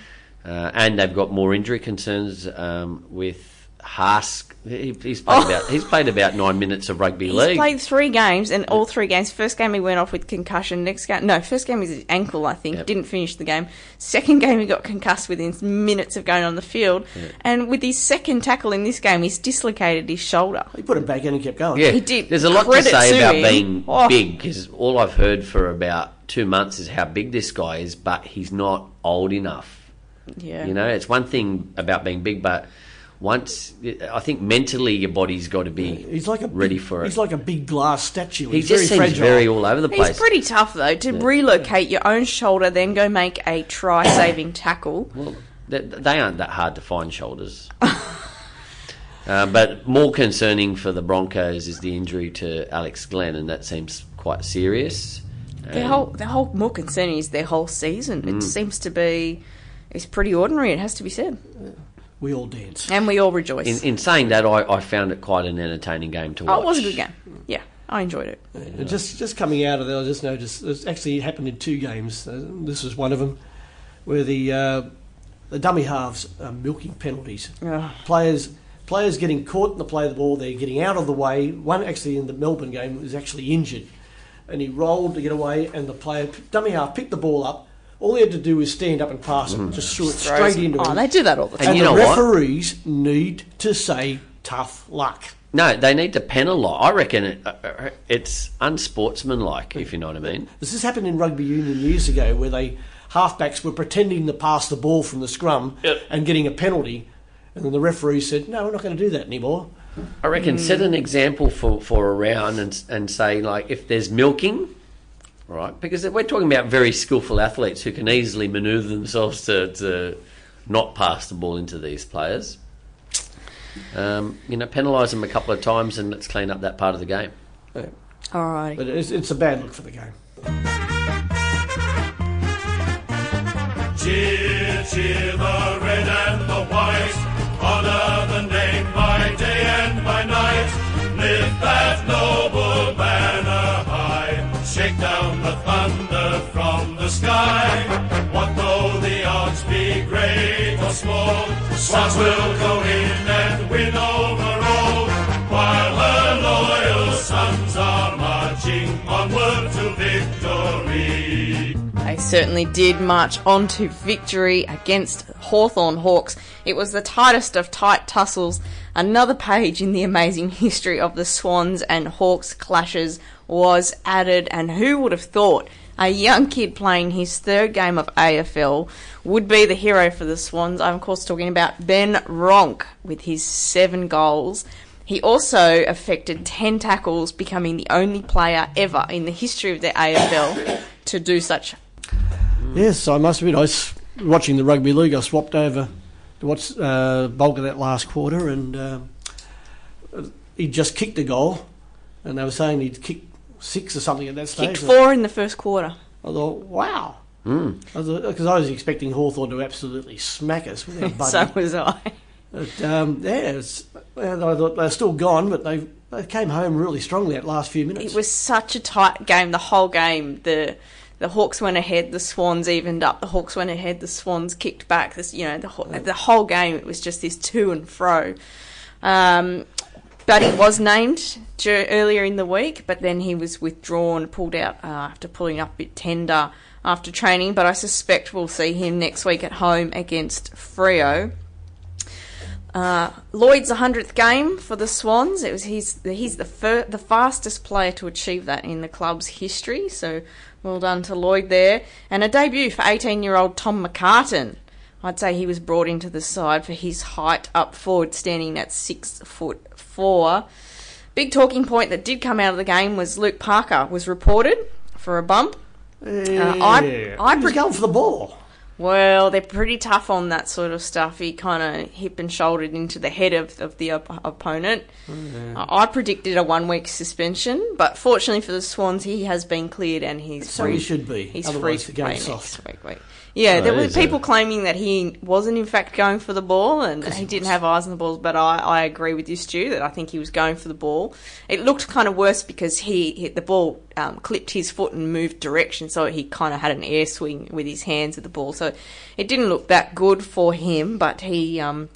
Uh, and they've got more injury concerns um, with Haas. He, he's, played Oh. about, he's played about nine minutes of rugby He's league. played three games, and all three games. First game he went off with concussion. Next game, no, first game is his ankle, I think. Yep. Didn't finish the game. Second game he got concussed within minutes of going on the field, and with his second tackle in this game, he's dislocated his shoulder. He put it back in and kept going. yeah, he did. There's a lot to Credit to say about him. being Oh. big because all I've heard for about two months is how big this guy is, but he's not old enough. Yeah, You know, it's one thing about being big, but once I think mentally your body's got to be He's like a ready big, for it. He's like a big glass statue. he He's very just seems fragile. very all over the place. he's pretty tough though. To relocate your own shoulder, then go make a try-saving tackle. Well, they, they aren't that hard to find shoulders. Uh, but more concerning for the Broncos is the injury to Alex Glenn, and that seems quite serious. Their And- whole, their whole more concerning is their whole season. Mm. It seems to be, it's pretty ordinary. It has to be said, we all dance. and we all rejoice. in, in saying that, I, I found it quite an entertaining game to watch. oh, it was a good game. Yeah, I enjoyed it. And Just just coming out of there, I just noticed it's actually happened in two games. Uh, this was one of them, where the uh, the dummy halves are milking penalties. Ugh. Players players getting caught in the play of the ball. They're getting out of the way. One actually in the Melbourne game was actually injured. and he rolled to get away, and the player, dummy half, picked the ball up. All he had to do was stand up and pass it, just threw it straight into Oh, him. they do that all the time. and Mm. you know the what? referees need to say tough luck. No, they need to penalise. I reckon it, uh, it's unsportsmanlike, if you know what I mean. This has happened in rugby union years ago where they halfbacks were pretending to pass the ball from the scrum Yep. and getting a penalty, and then the referee said, "No, we're not going to do that anymore." I reckon set an example for, for a round and s- and say like if there's milking, right? Because we're talking about very skillful athletes who can easily manoeuvre themselves to, to not pass the ball into these players. Um, you know, penalise them a couple of times and let's clean up that part of the game. all right. But it's, it's a bad look for the game. Cheer, cheer the red and the white. Honor the name by day and by night. Lift that noble banner high. Shake down the thunder from the sky. What though the odds be great or small? Swans will go in and win over all. While her loyal sons are marching onward to victory. They certainly did march on to victory against Hawthorn Hawks. It was the tightest of tight tussles, another page in the amazing history of the Swans and Hawks clashes was added, and who would have thought a young kid playing his third game of AFL would be the hero for the Swans? I'm, of course, talking about Ben Ronk with his seven goals. He also affected 10 tackles, becoming the only player ever in the history of the AFL to do such Yes, I must admit, I was watching the rugby league. I swapped over to watch uh, bulk of that last quarter, and uh, he just kicked a goal, and they were saying he'd kicked six or something at that stage. Kicked four Hmm. in the first quarter. I thought, wow. Because I was expecting Hawthorn to absolutely smack us with their buddy. So was I. But, um, yeah, it's, and I thought they're still gone, but they they came home really strongly that last few minutes. It was such a tight game. The whole game, the the Hawks went ahead. The Swans evened up. The Hawks went ahead. The Swans kicked back. This, you know, the whole- the whole game. It was just this to and fro. Um, Buddy was named dur- earlier in the week, but then he was withdrawn, pulled out uh, after pulling up a bit tender after training. But I suspect we'll see him next week at home against Frio. Uh, Lloyd's 100th game for the Swans. It was his, he's the fir- the fastest player to achieve that in the club's history. So well done to Lloyd there. And a debut for 18-year-old Tom McCartan. I'd say he was brought into the side for his height up forward, standing at six foot four. Big talking point that did come out of the game was Luke Parker was reported for a bump. Uh, I, Yeah. I he was predict- going for the ball. well, they're pretty tough on that sort of stuff. He kind of hip and shouldered into the head of, of the op- opponent. Oh, I I predicted a one week suspension, but fortunately for the Swans, he has been cleared and he's So free. he should be. He's free Otherwise, to the play game's soft. next week. week. Yeah, there that were is a- people claiming that he wasn't in fact going for the ball and he didn't have eyes on the balls. But I, I agree with you, Stu, that I think he was going for the ball. It looked kind of worse because he, he the ball um, clipped his foot and moved direction, so he kind of had an air swing with his hands at the ball. So it didn't look that good for him. But he um,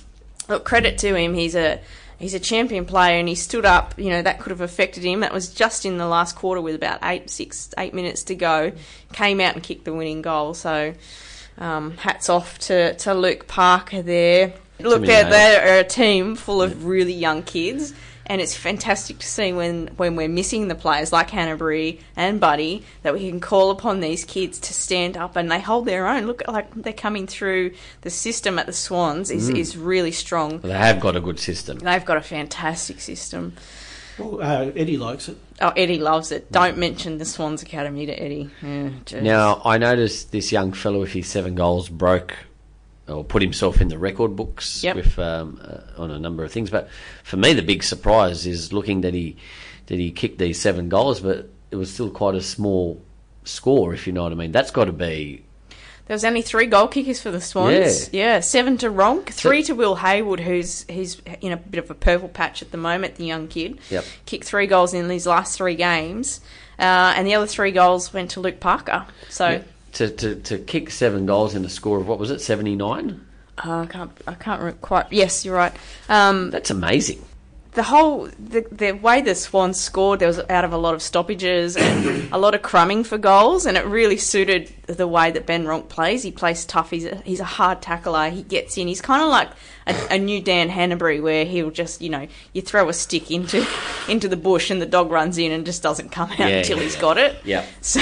look credit to him. He's a he's a champion player and he stood up. You know that could have affected him. That was just in the last quarter with about eight six eight minutes to go. Came out and kicked the winning goal. So um, hats off to to Luke Parker there. Look, Timmy they're, Nail. they're a team full of really young kids. And it's fantastic to see when, when we're missing the players like Hanbury and Buddy that we can call upon these kids to stand up and they hold their own. Look, like they're coming through the system at the Swans is, is really strong. They have got a good system. They've got a fantastic system. Well, uh, Eddie likes it. Oh, Eddie loves it. Don't mention the Swans Academy to Eddie. Yeah, jeez. Now, I noticed this young fellow with his seven goals broke or put himself in the record books Yep. with um, uh, on a number of things. But for me, the big surprise is looking that he that he kicked these seven goals, but it was still quite a small score, if you know what I mean. That's got to be there was only three goal kickers for the Swans. Yeah, seven to Ronk, three to Will Haywood, who's he's in a bit of a purple patch at the moment. The young kid Yep. kicked three goals in these last three games, uh, and the other three goals went to Luke Parker. So to, to to kick seven goals in a score of what was it seventy nine. uh, I can't I can't re- quite. Yes, you're right. Um, That's amazing. the whole the, the way the Swans scored, there was out of a lot of stoppages and a lot of crumbing for goals, and it really suited the way that Ben Ronk plays. He plays tough. He's a, he's a hard tackler. He gets in. He's kind of like a, a new Dan Hanbury, where he'll just you know you throw a stick into into the bush and the dog runs in and just doesn't come out Yeah, until yeah, he's yeah. got it. Yeah. So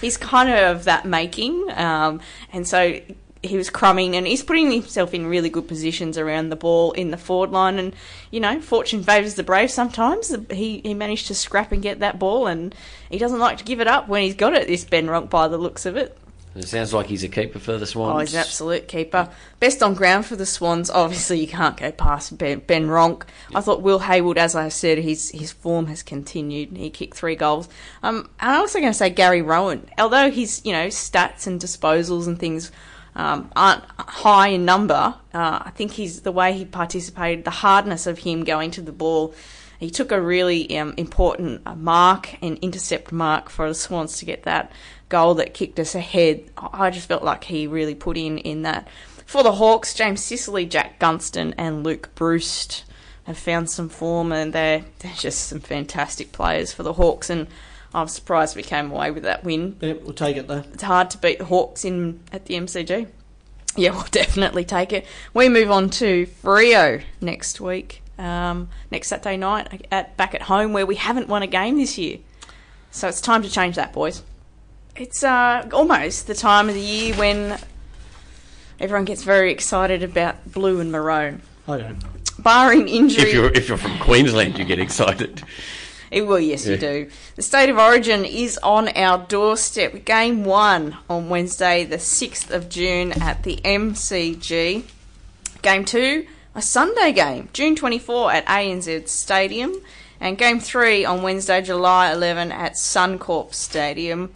he's kind of that making, um, and so he was crumbing, and he's putting himself in really good positions around the ball in the forward line, and you know, fortune favours the brave. Sometimes he he managed to scrap and get that ball, and he doesn't like to give it up when he's got it. This Ben Ronk, by the looks of it. It sounds like he's a keeper for the Swans. Oh, he's an absolute keeper. Best on ground for the Swans. Obviously, you can't go past Ben, ben Ronk. I thought Will Hayward, as I said, his his form has continued. He kicked three goals. Um, and I'm also going to say Gary Rowan. Although his you know stats and disposals and things um, aren't high in number, uh, I think he's the way he participated, the hardness of him going to the ball. He took a really um, important uh, mark, an intercept mark for the Swans to get that goal that kicked us ahead. I I just felt like he really put in in that. For the Hawks, James Sicily, Jack Gunston, and Luke Bruce have found some form, and they're, they're just some fantastic players for the Hawks. And I'm surprised we came away with that win. Yeah, we'll take it though. It's hard to beat the Hawks in at the MCG. Yeah, we'll definitely take it. We move on to Frio next week, um, next Saturday night at back at home where we haven't won a game this year. So it's time to change that, boys. It's uh, almost the time of the year when everyone gets very excited about blue and maroon. I don't. Barring If injury, you're if you're from Queensland, you get excited. Eh, well, yes, you Yeah. do. The State of Origin is on our doorstep. Game one on Wednesday, the 6th of June at the MCG. Game two, a Sunday game, June 24 at ANZ Stadium. And game three on Wednesday, July 11 at Suncorp Stadium.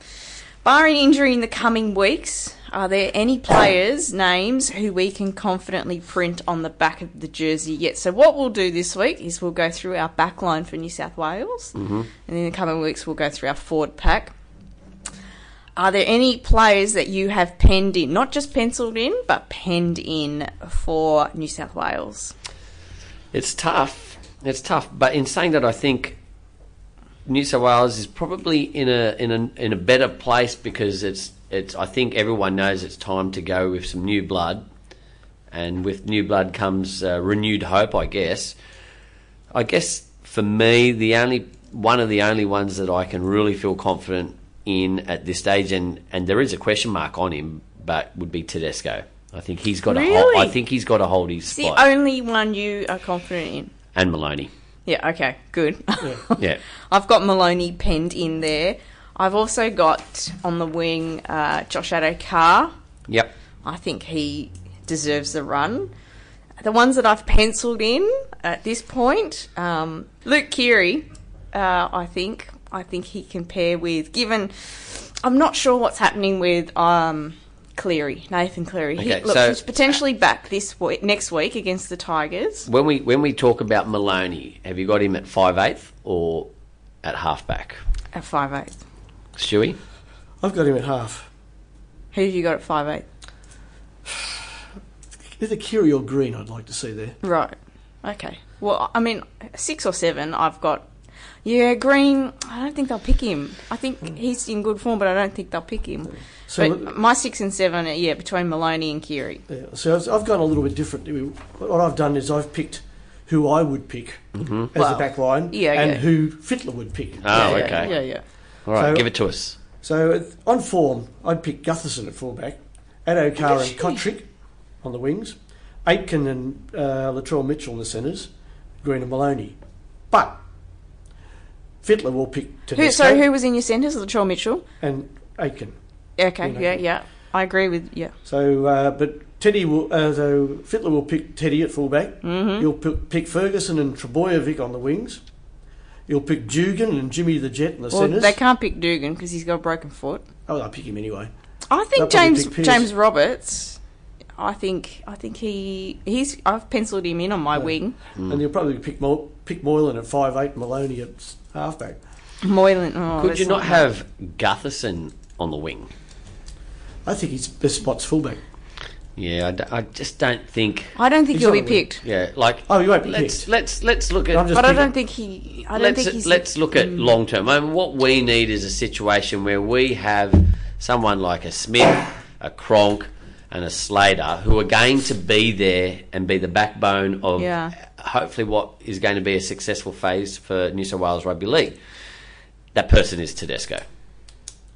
Barring injury in the coming weeks, are there any players' names who we can confidently print on the back of the jersey yet? So, what we'll do this week is we'll go through our back line for New South Wales, and in the coming weeks, we'll go through our forward pack. Are there any players that you have penned in, not just penciled in, but penned in for New South Wales? It's tough. It's tough. But in saying that, I think New South Wales is probably in a in a in a better place because it's it's. I think everyone knows it's time to go with some new blood, and with new blood comes uh, renewed hope. I guess. I guess for me, the only one of the only ones that I can really feel confident in at this stage, and and there is a question mark on him, but would be Tedesco. I think he's got to. Hold, I Really? think he's got to hold his It's the spot. only one you are confident in. and Maloney. Yeah, okay, good. Yeah. I've got Maloney penned in there. I've also got on the wing uh, Josh Addo Carr. Yep. I think he deserves the run. The ones that I've penciled in at this point, um, Luke Keary, uh, I think. I think he can pair with, given I'm not sure what's happening with um, Cleary, Nathan Cleary. Okay, he, look, so- he's potentially back this week, next week against the Tigers. When we when we talk about Maloney, have you got him at five eighth or at halfback? At five eight. Stewie? I've got him at half. Who have you got at five eight? Either Kiri or Green, I'd like to see there. Right. Okay. Well, I mean, six or seven, I've got. Yeah, Green, I don't think they'll pick him. I think he's in good form, but I don't think they'll pick him. Hmm. So but my six and seven, are, yeah, between Maloney and Keary. Yeah, so I've- I've gone a little bit different. What I've done is I've picked who I would pick as Well, the back line yeah, and yeah. who Fittler would pick. Oh, yeah, okay. Yeah, yeah. All right, So- give it to us. So at- on form, I'd pick Gutherson at fullback, Addo Carr and Gee. Kotrick on the wings, Aitken and uh, Latrell Mitchell in the centres, Green and Maloney. But Fittler will pick Who, Tedesco so who was in your centres? Latrell Mitchell. and Aitken. Okay. You know. Yeah, yeah. I agree with yeah. So, uh, but Teddy will. Uh, so Fittler will pick Teddy at fullback. Mm-hmm. He'll pick, pick Ferguson and Trebojevic on the wings. He'll pick Dugan and Jimmy the Jet in the Well, centres. they can't pick Dugan because he's got a broken foot. Oh, I'll pick him anyway. I think They'll probably James pick Pearce. James Roberts. I think I think he he's I've penciled him in on my wing. Mm. And he'll probably pick Mo- pick Moylan at five eight, Maloney at s- halfback. Moylan. Oh, Could that's you not have Gutherson on the wing? I think his best spot's fullback. Yeah, I d- I, just don't think. I don't think He's he'll not be a win- picked. Yeah, like Oh, you won't be let's picked. let's let's look at I'm just But I picking- don't think he. I don't let's think he's. Mm. let's look at long term. I mean, what we need is a situation where we have someone like a Smith, a Cronk, and a Slater who are going to be there and be the backbone of Yeah. hopefully what is going to be a successful phase for New South Wales Rugby League. That person is Tedesco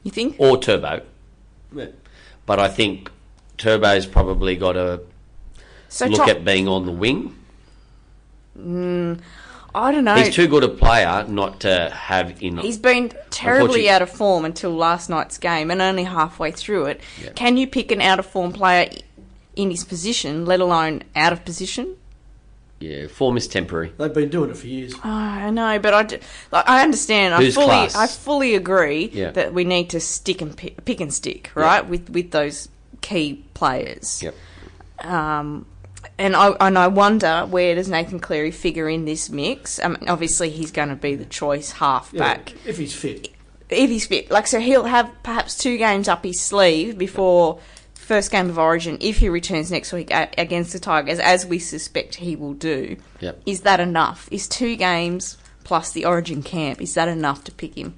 You think? or Turbo, Yeah. but I think Turbo's probably got to So look Tom- at being on the wing. I don't know. He's too good a player not to have in. He's been terribly Unfortunately- out of form until last night's game and only halfway through it. Can you pick an out of form player i- in his position, let alone out of position? yeah, form is temporary. They've been doing it for years. Oh, I know, but I, d- like, I understand. I Who's fully class? I fully agree Yeah. that we need to stick and pick, pick and stick, right, with with those key players. Yep. Um, and I and I wonder where does Nathan Cleary figure in this mix? I mean, obviously he's going to be the choice Yeah, halfback. If he's fit. if he's fit. Like, so he'll have perhaps two games up his sleeve before first game of Origin if he returns next week a- against the Tigers, as we suspect he will do. Yep. Is that enough? Is two games plus the Origin camp is that enough to pick him?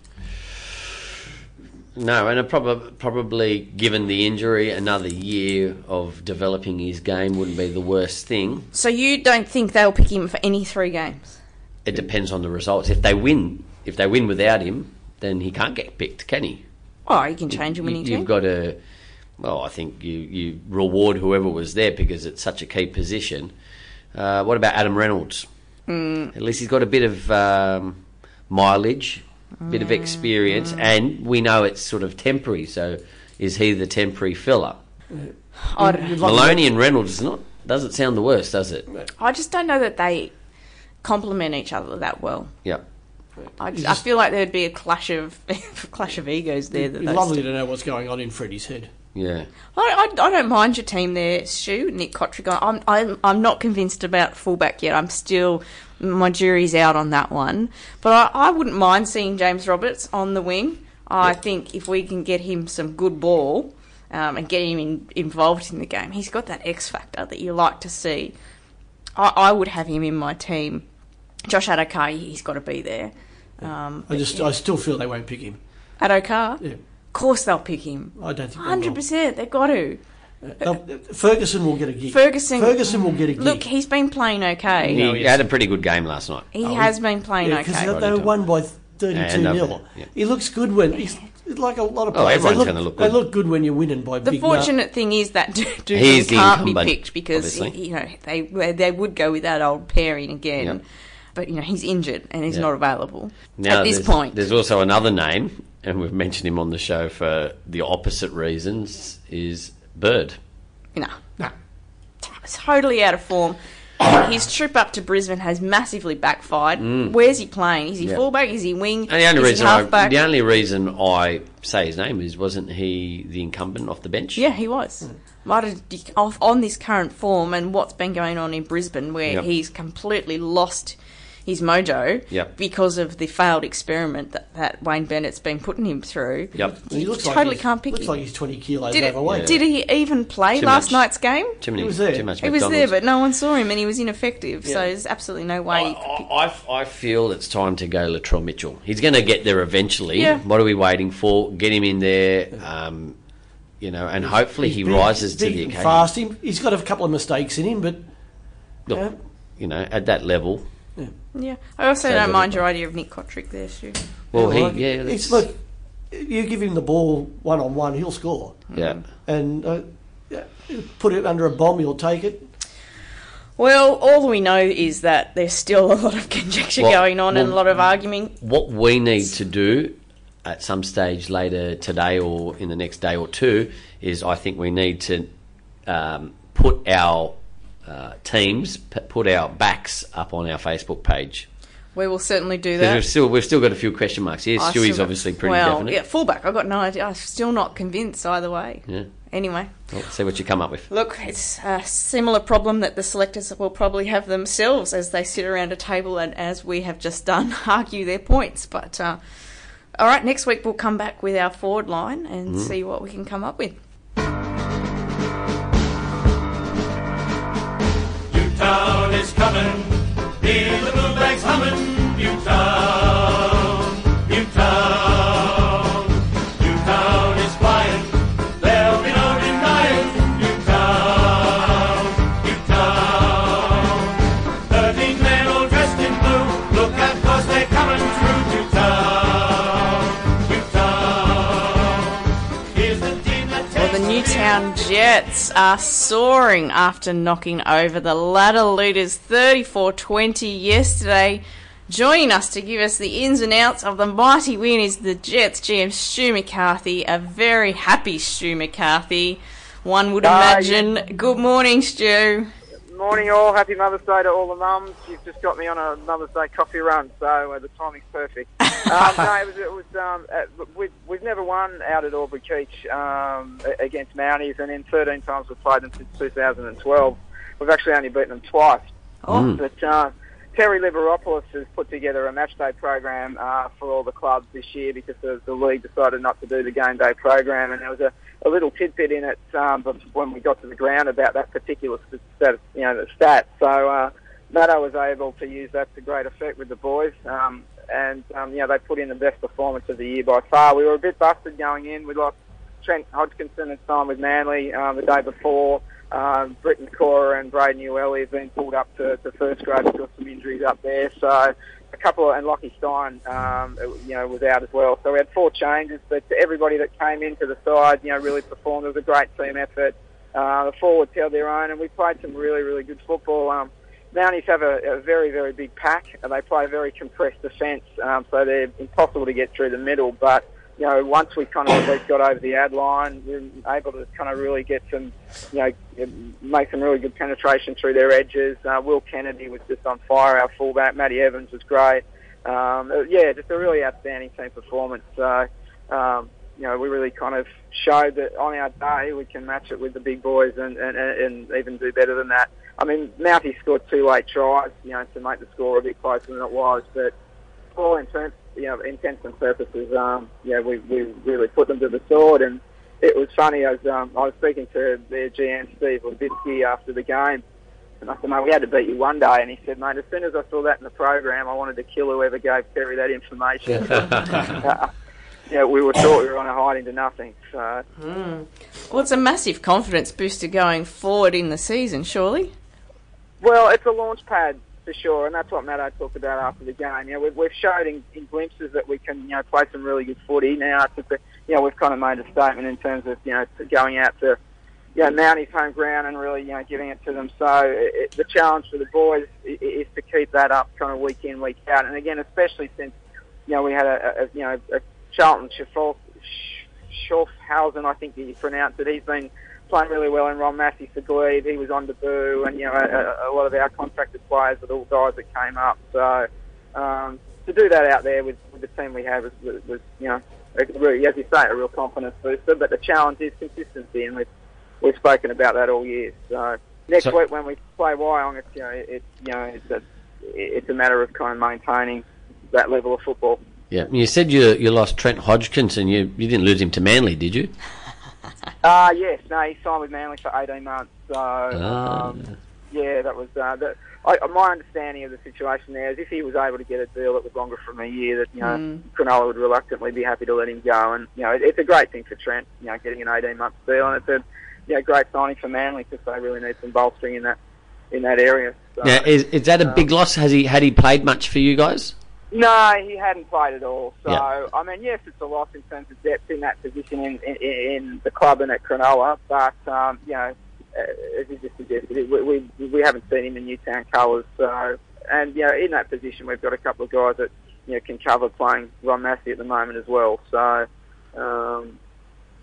No, and probably probably given the injury, another year of developing his game wouldn't be the worst thing. So you don't think they'll pick him for any three games? It depends on the results. If they win, if they win without him, then he can't get picked, can he? Oh, you can change him when you, You, have do. got to. Well, I think you you reward whoever was there because it's such a key position. Uh, what about Adam Reynolds? Mm. At least he's got a bit of um, mileage, bit Mm. of experience, and we know it's sort of temporary. So, is he the temporary filler? I, don't- You'd like Maloney and Reynolds is not doesn't sound the worst, does it? I just don't know that they complement each other that well. Yeah. I, I You just- feel like there'd be a clash of clash of egos there. That It'd be those lovely to know what's going on in Freddie's head. Yeah. I, I, I don't mind your team there, Stu, Nick Cotrigan. I'm, I'm, I'm not convinced about fullback yet. I'm still, my jury's out on that one. But I, I wouldn't mind seeing James Roberts on the wing. I think if we can get him some good ball um, and get him in, involved in the game, he's got that X factor that you like to see. I, I would have him in my team. Josh Adokai, he's got to be there. Um, I just, I still feel they won't pick him. Adokar, Yeah, of course they'll pick him. I don't think. Hundred percent, they've got to. percent. Ferguson will get a gig. Ferguson- Ferguson will get a gig. Look, he's been playing okay. He No, yes. had a pretty good game last night. He has been playing Oh, yeah, okay. because they were won by thirty-two Yeah, nil. yeah. He looks good when he's he's like a lot of Oh, players. everyone's they look, gonna look They good. look good when you're winning by the big. fortunate thing is that Du- Dugan He's the can't be incumbent, picked because obviously. you know they they would go with that old pairing again. Yep. But you know he's injured and he's Yeah. not available Now, at this there's, point. There's also another name, and we've mentioned him on the show for the opposite reasons, is Bird. No, Nah. totally out of form. His trip up to Brisbane has massively backfired. Where's he playing? Is he Yeah. fullback? Is he wing? And the Mm. only is reason he I, halfback? the only reason I say his name is wasn't he the incumbent off the bench? Yeah, he was. Hmm. Might have de- off on this current form and what's been going on in Brisbane, where Yep. he's completely lost his mojo Yep. because of the failed experiment that, that Wayne Bennett's been putting him through. Yep. He looks Totally like he's- can't pick Looks him. like he's twenty kilos Did, overweight. it, did he even play Too last much. night's game? Too many. He was there. Too much. He was there, McDonald's. but no one saw him, and he was ineffective. So Yeah. there's absolutely no I, way. he could pick- I, I- I feel it's time to go Latrell Mitchell. He's going to get there eventually. Yeah. What are we waiting for? Get him in there, um, you know, and hopefully he Big- rises to big the and occasion. Fast. He, he's got a couple of mistakes in him, but Look, Yeah. you know, at that level. yeah, I also So don't good. mind your idea of Nick Kotrick there, Stu. Well, I he, like it. yeah, It's- that's- look. You give him the ball one on one, he'll score. yeah. And uh, yeah, put it under a bomb, he'll take it. Well, all we know is that there's still a lot of conjecture Well, going on and a well, lot of arguing. What we need to do at some stage later today or in the next day or two is, I think we need to um, put our uh, teams, p- put our backs up on our Facebook page. We will certainly do Because that. we've still we've still got a few question marks here. I Stewie's still- obviously pretty well, definite. Yeah, fullback. I got no idea. I'm still not convinced either way. Yeah. Anyway, Well, see what you come up with. look, it's a similar problem that the selectors will probably have themselves as they sit around a table and, as we have just done, argue their points. But uh, all right, next week we'll come back Mm. with our forward line and see what we can come up with. is coming. Hear the bluebag's humming. Newtown, Newtown, Newtown is flying. There'll be no denying. Newtown, Newtown. Thirteen men all dressed in blue. Look out 'cause they're coming through. Newtown, Newtown. Here's the team that takes Well, the Newtown Jets are soaring after knocking over the ladder leaders 34 20 yesterday. Joining us to give us the ins and outs of the mighty win is the Jets GM Stu McCarthy, a very happy Stu McCarthy, one would Ah, yes. imagine. Good morning, Stu. Morning, all. Happy Mother's Day to all the mums. You've just got me on a Mother's Day coffee run, so uh, the timing's perfect. Um, no, it was. It was um, uh, we've, we've never won out at Albury Keach um, a- against Mounties, and in 13 times we've played them since 2012. We've actually only beaten them twice. But uh, Terry Liberopoulos has put together a match day program uh, for all the clubs this year because the, the league decided not to do the game day program, and there was a, a little tidbit in it um, but when we got to the ground about that particular st- stat, you know, the stat. So uh, Maddo was able to use that to great effect with the boys. Um, and, um, you know, they put in the best performance of the year by far. We were a bit busted going in. We lost Trent Hodgkinson and signed with Manly um, the day before. Um, Britton Cora and Braden Ueli have been pulled up to, to first grade. We've got some injuries up there. So a couple, of, and Lockie Stein, um, you know, was out as well. So we had four changes, but everybody that came into the side, you know, really performed. It was a great team effort. Uh, the forwards held their own, and we played some really, really good football. Um, Mounties have a, a very, very big pack, and they play a very compressed defence, um, so they're impossible to get through the middle. But you know, once we kind of at least got over the ad line, we were able to kind of really get some, you know, make some really good penetration through their edges. Uh, Will Kennedy was just on fire, our fullback. Matty Evans was great. Um, uh, yeah, just a really outstanding team performance. So, um, you know, we really kind of showed that on our day we can match it with the big boys and, and, and even do better than that. I mean, Mounty scored two late tries, you know, to make the score a bit closer than it was, but for all intents, you know, intents and purposes, um, yeah, we, we really put them to the sword. And it was funny, as um, I was speaking to their GM, Steve Levitsky, after the game, and I said, mate, we had to beat you one day. And he said, mate, as soon as I saw that in the program, I wanted to kill whoever gave Terry that information. yeah, we were thought we were on a hide into nothing. So, Well, it's a massive confidence booster going forward in the season, surely. Well, it's a launch pad for sure, and that's what Matt I talked about after the game. You know, we've, we've showed in, in glimpses that we can, you know, play some really good footy. Now, it's just a, you know, we've kind of made a statement in terms of, you know, going out to, you know, Mounties home ground and really, you know, giving it to them. So it, it, the challenge for the boys is, is to keep that up, kind of week in, week out. And again, especially since, you know, we had a, a you know, a Charlton Schaffel, Schaffhausen, I think you pronounce it. He's been playing really well, and Ron Massey for Glebe. He was on debut, and you know a, a- a lot of our contracted players are all guys that came up. So um, to do that out there with, with the team we have was, was, was you know a, really, as you say, a real confidence booster. But the challenge is consistency, and we've we've spoken about that all year. So next So- week when we play Wyong, it's you know it's you know it's a, it's a matter of kind of maintaining that level of football. Yeah, you said you you lost Trent Hodgkinson. You you didn't lose him to Manly, did you? Uh, yes, no, he signed with Manly for 18 months. So, Ah. um, yeah, that was. Uh, that, I, my understanding of the situation there is if he was able to get a deal that was longer from a year, that, you know, Cronulla would reluctantly be happy to let him go. And, you know, it, it's a great thing for Trent, you know, getting an 18 month deal. And it's a, you know, great signing for Manly because they really need some bolstering in that in that area. Uh, So. Now, is is that a big loss? Has he had he played much for you guys? No, he hadn't played at all. So Yeah. I mean, yes, it's a loss in terms of depth in that position in, in, in the club and at Cronulla, but um, you know, uh, as you just suggested, we, we we haven't seen him in Newtown colours. So and you know, in that position, we've got a couple of guys that you know can cover playing Ron Massey at the moment as well. So um,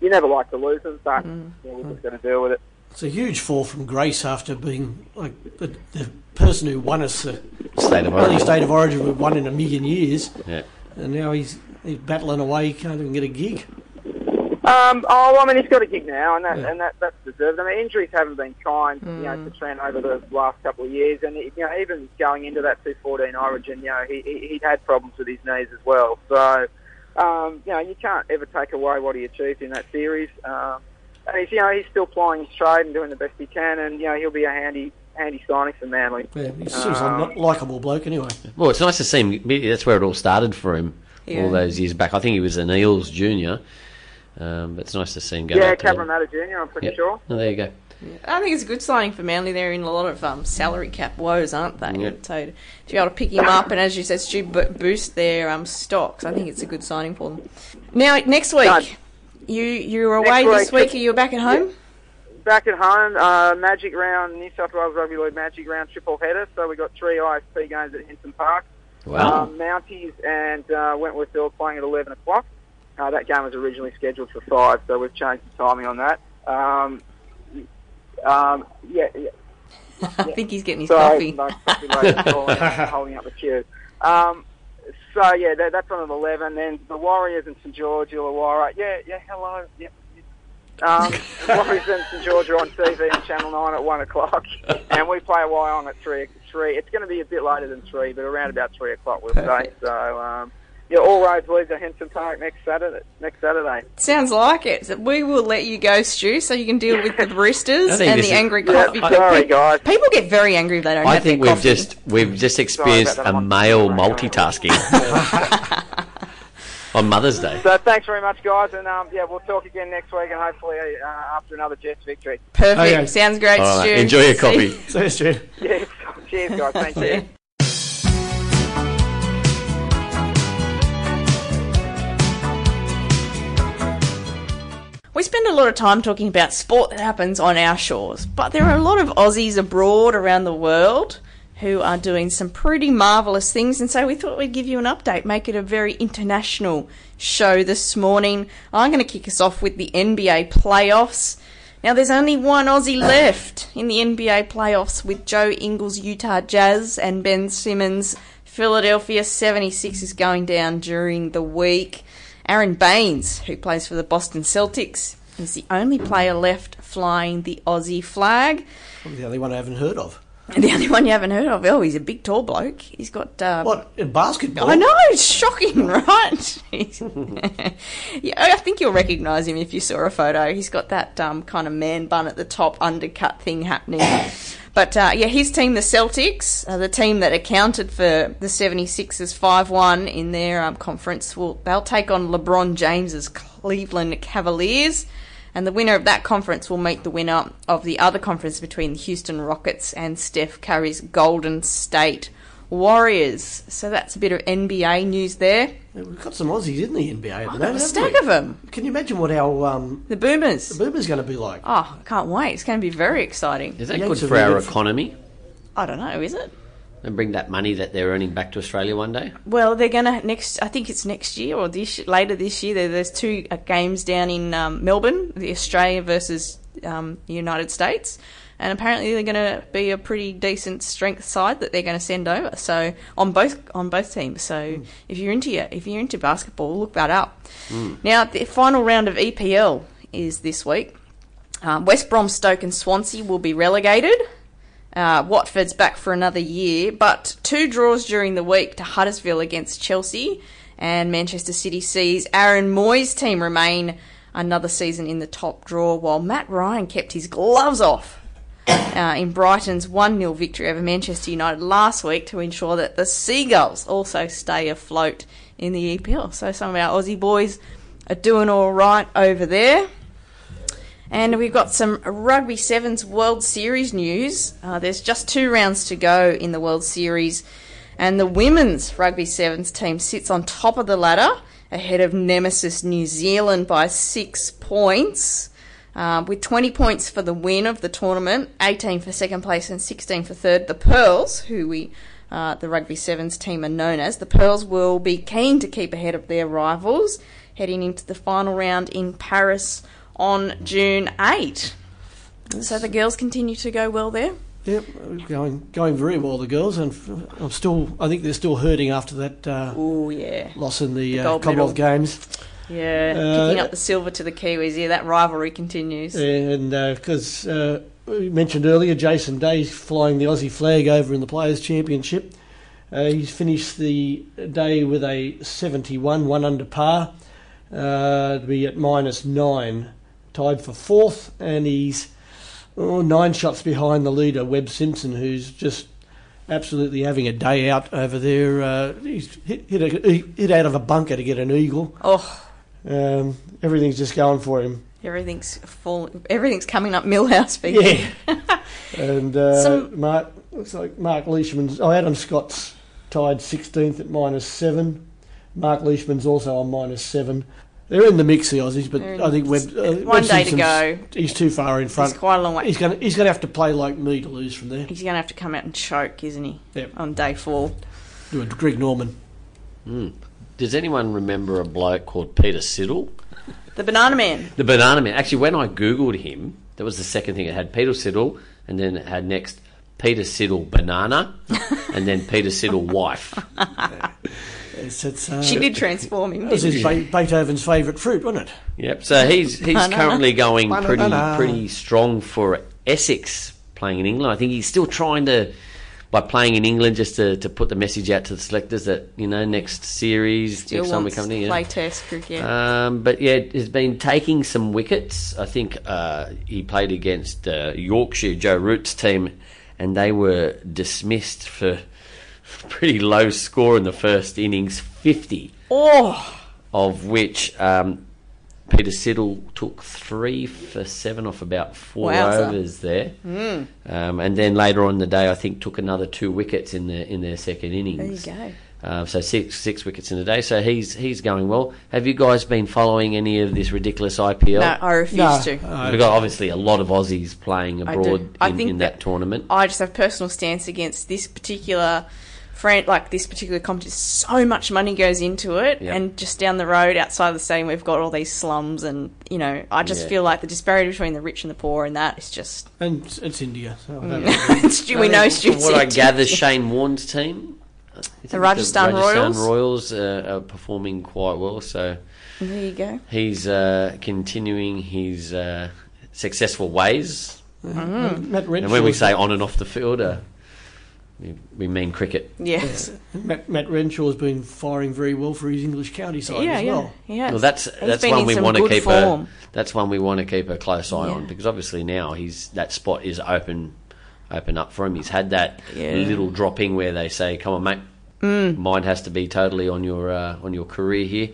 you never like to lose them, but you know, we're just going to deal with it. It's a huge fall from grace after being like the, the person who won us the State of only origin. state of origin we won in a million years, Yeah. and now he's he's battling away. He can't even get a gig. Um, oh, well, I mean, he's got a gig now, and that and that, that's deserved. I mean, injuries haven't been kind, you know, to Trent over the last couple of years, and you know, even going into that 214 Origin, you know, he, he he'd had problems with his knees as well. So, um, you know, you can't ever take away what he achieved in that series. Um, and he's, you know, he's still plying his trade and doing the best he can, and you know, he'll be a handy handy signing for Manly. Yeah, he seems Ah. like a likable bloke anyway. Well, it's nice to see him. Maybe That's where it all started for him Yeah. all those years back. I think he was an Eels junior. Um, but it's nice to see him go Yeah, back to Cameron them. Matter Jr. I'm pretty Yep. sure. Um, Oh, there you go. I think it's a good signing for Manly. They're in a lot of um, salary cap woes, aren't they? Yeah. So to be able to pick him up and, as you said, Stu, bo- boost their um, stocks, I think it's a good signing for them. Now, next week, Done. you you're away Next this week. week- Are you back at home? Back at home, uh, Magic Round, New South Wales Rugby League Magic Round triple header. So we got three ISP games at Hinton Park. Wow. Um, Mounties and uh, Wentworth Hill playing at 11 o'clock. Uh, that game was originally scheduled for 5, so we've changed the timing on that. Um, um, yeah, yeah, I think he's getting his sorry, coffee. no, coffee lady calling out, holding up the queue. Um, so, yeah, that, that's on at 11. Then the Warriors and St George, Illawarra. Yeah, yeah, hello. Yep. yep. Um, Warriors and St George are on TV on Channel 9 at 1 o'clock, and we play away on at 3. three. It's going to be a bit later than 3, but around about 3 o'clock, we'll Perfect. say. So, um, yeah, all roads lead to Henson Park next Saturday. Next Saturday. Sounds like it. So we will let you go, Stu, so you can deal with the I roosters think and this the is- angry Yeah, coffee. sorry, people, guys. people get very angry if they don't I have think their we've coffee. just we've just experienced that, a I'm- male multitasking on Mother's Day. So, thanks very much, guys, and um, yeah, we'll talk again next week, and hopefully uh, after another Jets victory. Perfect. Okay. Sounds great, All Stu. right, enjoy your See- coffee. So that's true. Yes. Cheers, guys. Thank you. We spend a lot of time talking about sport that happens on our shores, but there are a lot of Aussies abroad around the world who are doing some pretty marvellous things, and so we thought we'd give you an update, make it a very international show this morning. I'm going to kick us off with the NBA playoffs. Now, there's only one Aussie left in the NBA playoffs with Joe Ingles' Utah Jazz and Ben Simmons' Philadelphia 76 is going down during the week. Aaron Baines, who plays for the Boston Celtics, is the only player left flying the Aussie flag. Probably the only one I haven't heard of. And the only one you haven't heard of, oh, he's a big tall bloke. He's got. Uh, What in basketball? I know, it's shocking, right? yeah, I think you'll recognise him if you saw a photo. He's got that um, kind of man bun at the top, undercut thing happening. But uh, yeah, his team, the Celtics, uh, the team that accounted for the 76ers 5 1 in their um, conference, will they'll take on LeBron James's Cleveland Cavaliers. And the winner of that conference will meet the winner of the other conference between the Houston Rockets and Steph Curry's Golden State Warriors. So that's a bit of NBA news there. We've got some Aussies in the NBA at the A moment. stack haven't of them. we? Can you imagine what our um, The Boomers. Boomer's going to be like? Oh, I can't wait. It's going to be very exciting. Is that Yanks good are for really our good for- economy? I don't know, is it? And bring that money that they're earning back to Australia one day. Well, they're going to next. I think it's next year or this later this year. There, there's two uh, games down in um, Melbourne, the Australia versus um, United States, and apparently they're going to be a pretty decent strength side that they're going to send over. So on both on both teams. So if you're into your- if you're into basketball, look that up. Now the final round of EPL is this week. Um, West Brom, Stoke, and Swansea will be relegated. Uh, Watford's back for another year, but two draws during the week to Huddersfield against Chelsea, and Manchester City sees Aaron Moyes' team remain another season in the top draw, while Matt Ryan kept his gloves off uh, in Brighton's 1 0 victory over Manchester United last week to ensure that the Seagulls also stay afloat in the EPL. So some of our Aussie boys are doing all right over there. And we've got some Rugby Sevens World Series news. Uh, there's just two rounds to go in the World Series, and the women's Rugby Sevens team sits on top of the ladder ahead of Nemesis New Zealand by six points. Um, with 20 points for the win of the tournament, 18 for second place, and 16 for third, the Pearls, who we, uh, the Rugby Sevens team, are known as, the Pearls will be keen to keep ahead of their rivals heading into the final round in Paris on June 8. So the girls continue to go well there. Yep, going going very well. The girls and f- I'm still. I think they're still hurting after that uh, Oh, yeah. loss in the, uh, gold Commonwealth Games. Yeah. Uh, Picking up the silver to the Kiwis. Yeah, that rivalry continues. And because uh, we mentioned earlier, Jason Day flying the Aussie flag over in the Players Championship. Uh, he's finished the day with a 71, one under par, uh, to be at minus nine, tied for fourth, and he's oh, nine shots behind the leader, Webb Simpson, who's just absolutely having a day out over there. Uh, he's hit, hit, a, he hit out of a bunker to get an eagle. Oh, Um, everything's just going for him. everything's full. Everything's coming up Millhouse. People. Yeah. and uh, Some- Mark looks like Mark Leishman's. Oh, Adam Scott's tied 16th at minus seven. Mark Leishman's also on minus seven. They're in the mix, the Aussies, but They're in I think the Webb, mix. uh, One Webb day to Simpson's- He's too far in It's front. quite a long way. He's going to he's going to have to play like me to lose from there. He's going to have to come out and choke, isn't he? Yep. On day four. Do a Greg Norman. Does anyone remember a bloke called Peter Siddle? The Banana Man. The Banana Man. Actually, when I Googled him, that was the second thing. It had Peter Siddle, and then it had next Peter Siddle Banana, and then Peter Siddle Wife. It's, it's, uh, She did transform him. It was Didn't his she? Be- Beethoven's favourite fruit, wasn't it? Yep. So he's he's Banana. currently going Banana. pretty pretty strong for Essex playing in England. I think he's still trying to by playing in England just to, to put the message out to the selectors that you know next series Still next time we wants come to in. play Test cricket. Um, but yeah, he's been taking some wickets. I think uh, he played against uh, Yorkshire Joe Root's team, and they were dismissed for pretty low score in the first innings, fifty, oh, of which um, Peter Siddle took three for seven off about four Wowza. Hmm. overs there, mm. um, and then later on in the day, I think took another two wickets in their in their second there you innings. go. Um, so six six wickets in a day. So he's he's going well. Have you guys been following any of this ridiculous IPL? No, I refuse to. Uh, We've got obviously a lot of Aussies playing I do. abroad I in, think in that- that, tournament. I just have personal stance against this particular friend, like this particular competition. So much money goes into it, Yeah. and just down the road outside of the stadium, we've got all these slums, and you know, I just Yeah. feel like the disparity between the rich and the poor, and that is just. And it's- it's India. So I Mm. don't know. it's, Stu- we I know think Stu From what I said- gather, Shane Warne's team, I think the Rajasthan Royals? Royals uh, are performing quite well. So There you go. he's uh, continuing his uh, successful ways. Mm. Matt And Redfield. when we say on and off the field, uh, we, we mean cricket. Yes. Matt, Matt Renshaw's been firing very well for his English county side Yeah, as yeah. well. yeah. Well, that's He's that's been one in we some want to good keep form. a that's one we want to keep a close eye on Yeah. because obviously now he's that spot is open open up for him. He's had that Yeah. Mm. little dropping where they say, "Come on, mate, mine has to be totally on your uh, on your career here,"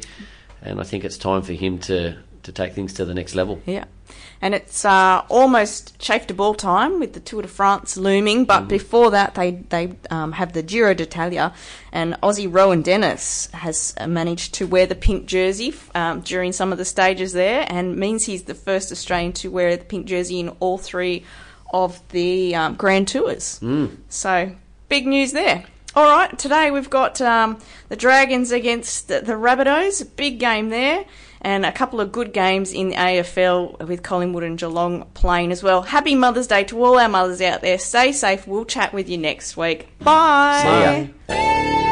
and I think it's time for him to to take things to the next level. Yeah. And it's uh, almost chafed to ball time with the Tour de France looming, but before that, they they um, have the Giro d'Italia, and Aussie Rowan Dennis has uh, managed to wear the pink jersey f- um, during some of the stages there, and means he's the first Australian to wear the pink jersey in all three of the um, Grand Tours. Mm. So big news there. All right, today we've got um, the Dragons against the, the Rabbitohs. Big game there, and a couple of good games in the AFL with Collingwood and Geelong playing as well. Happy Mother's Day to all our mothers out there. Stay safe. We'll chat with you next week. Bye. See ya.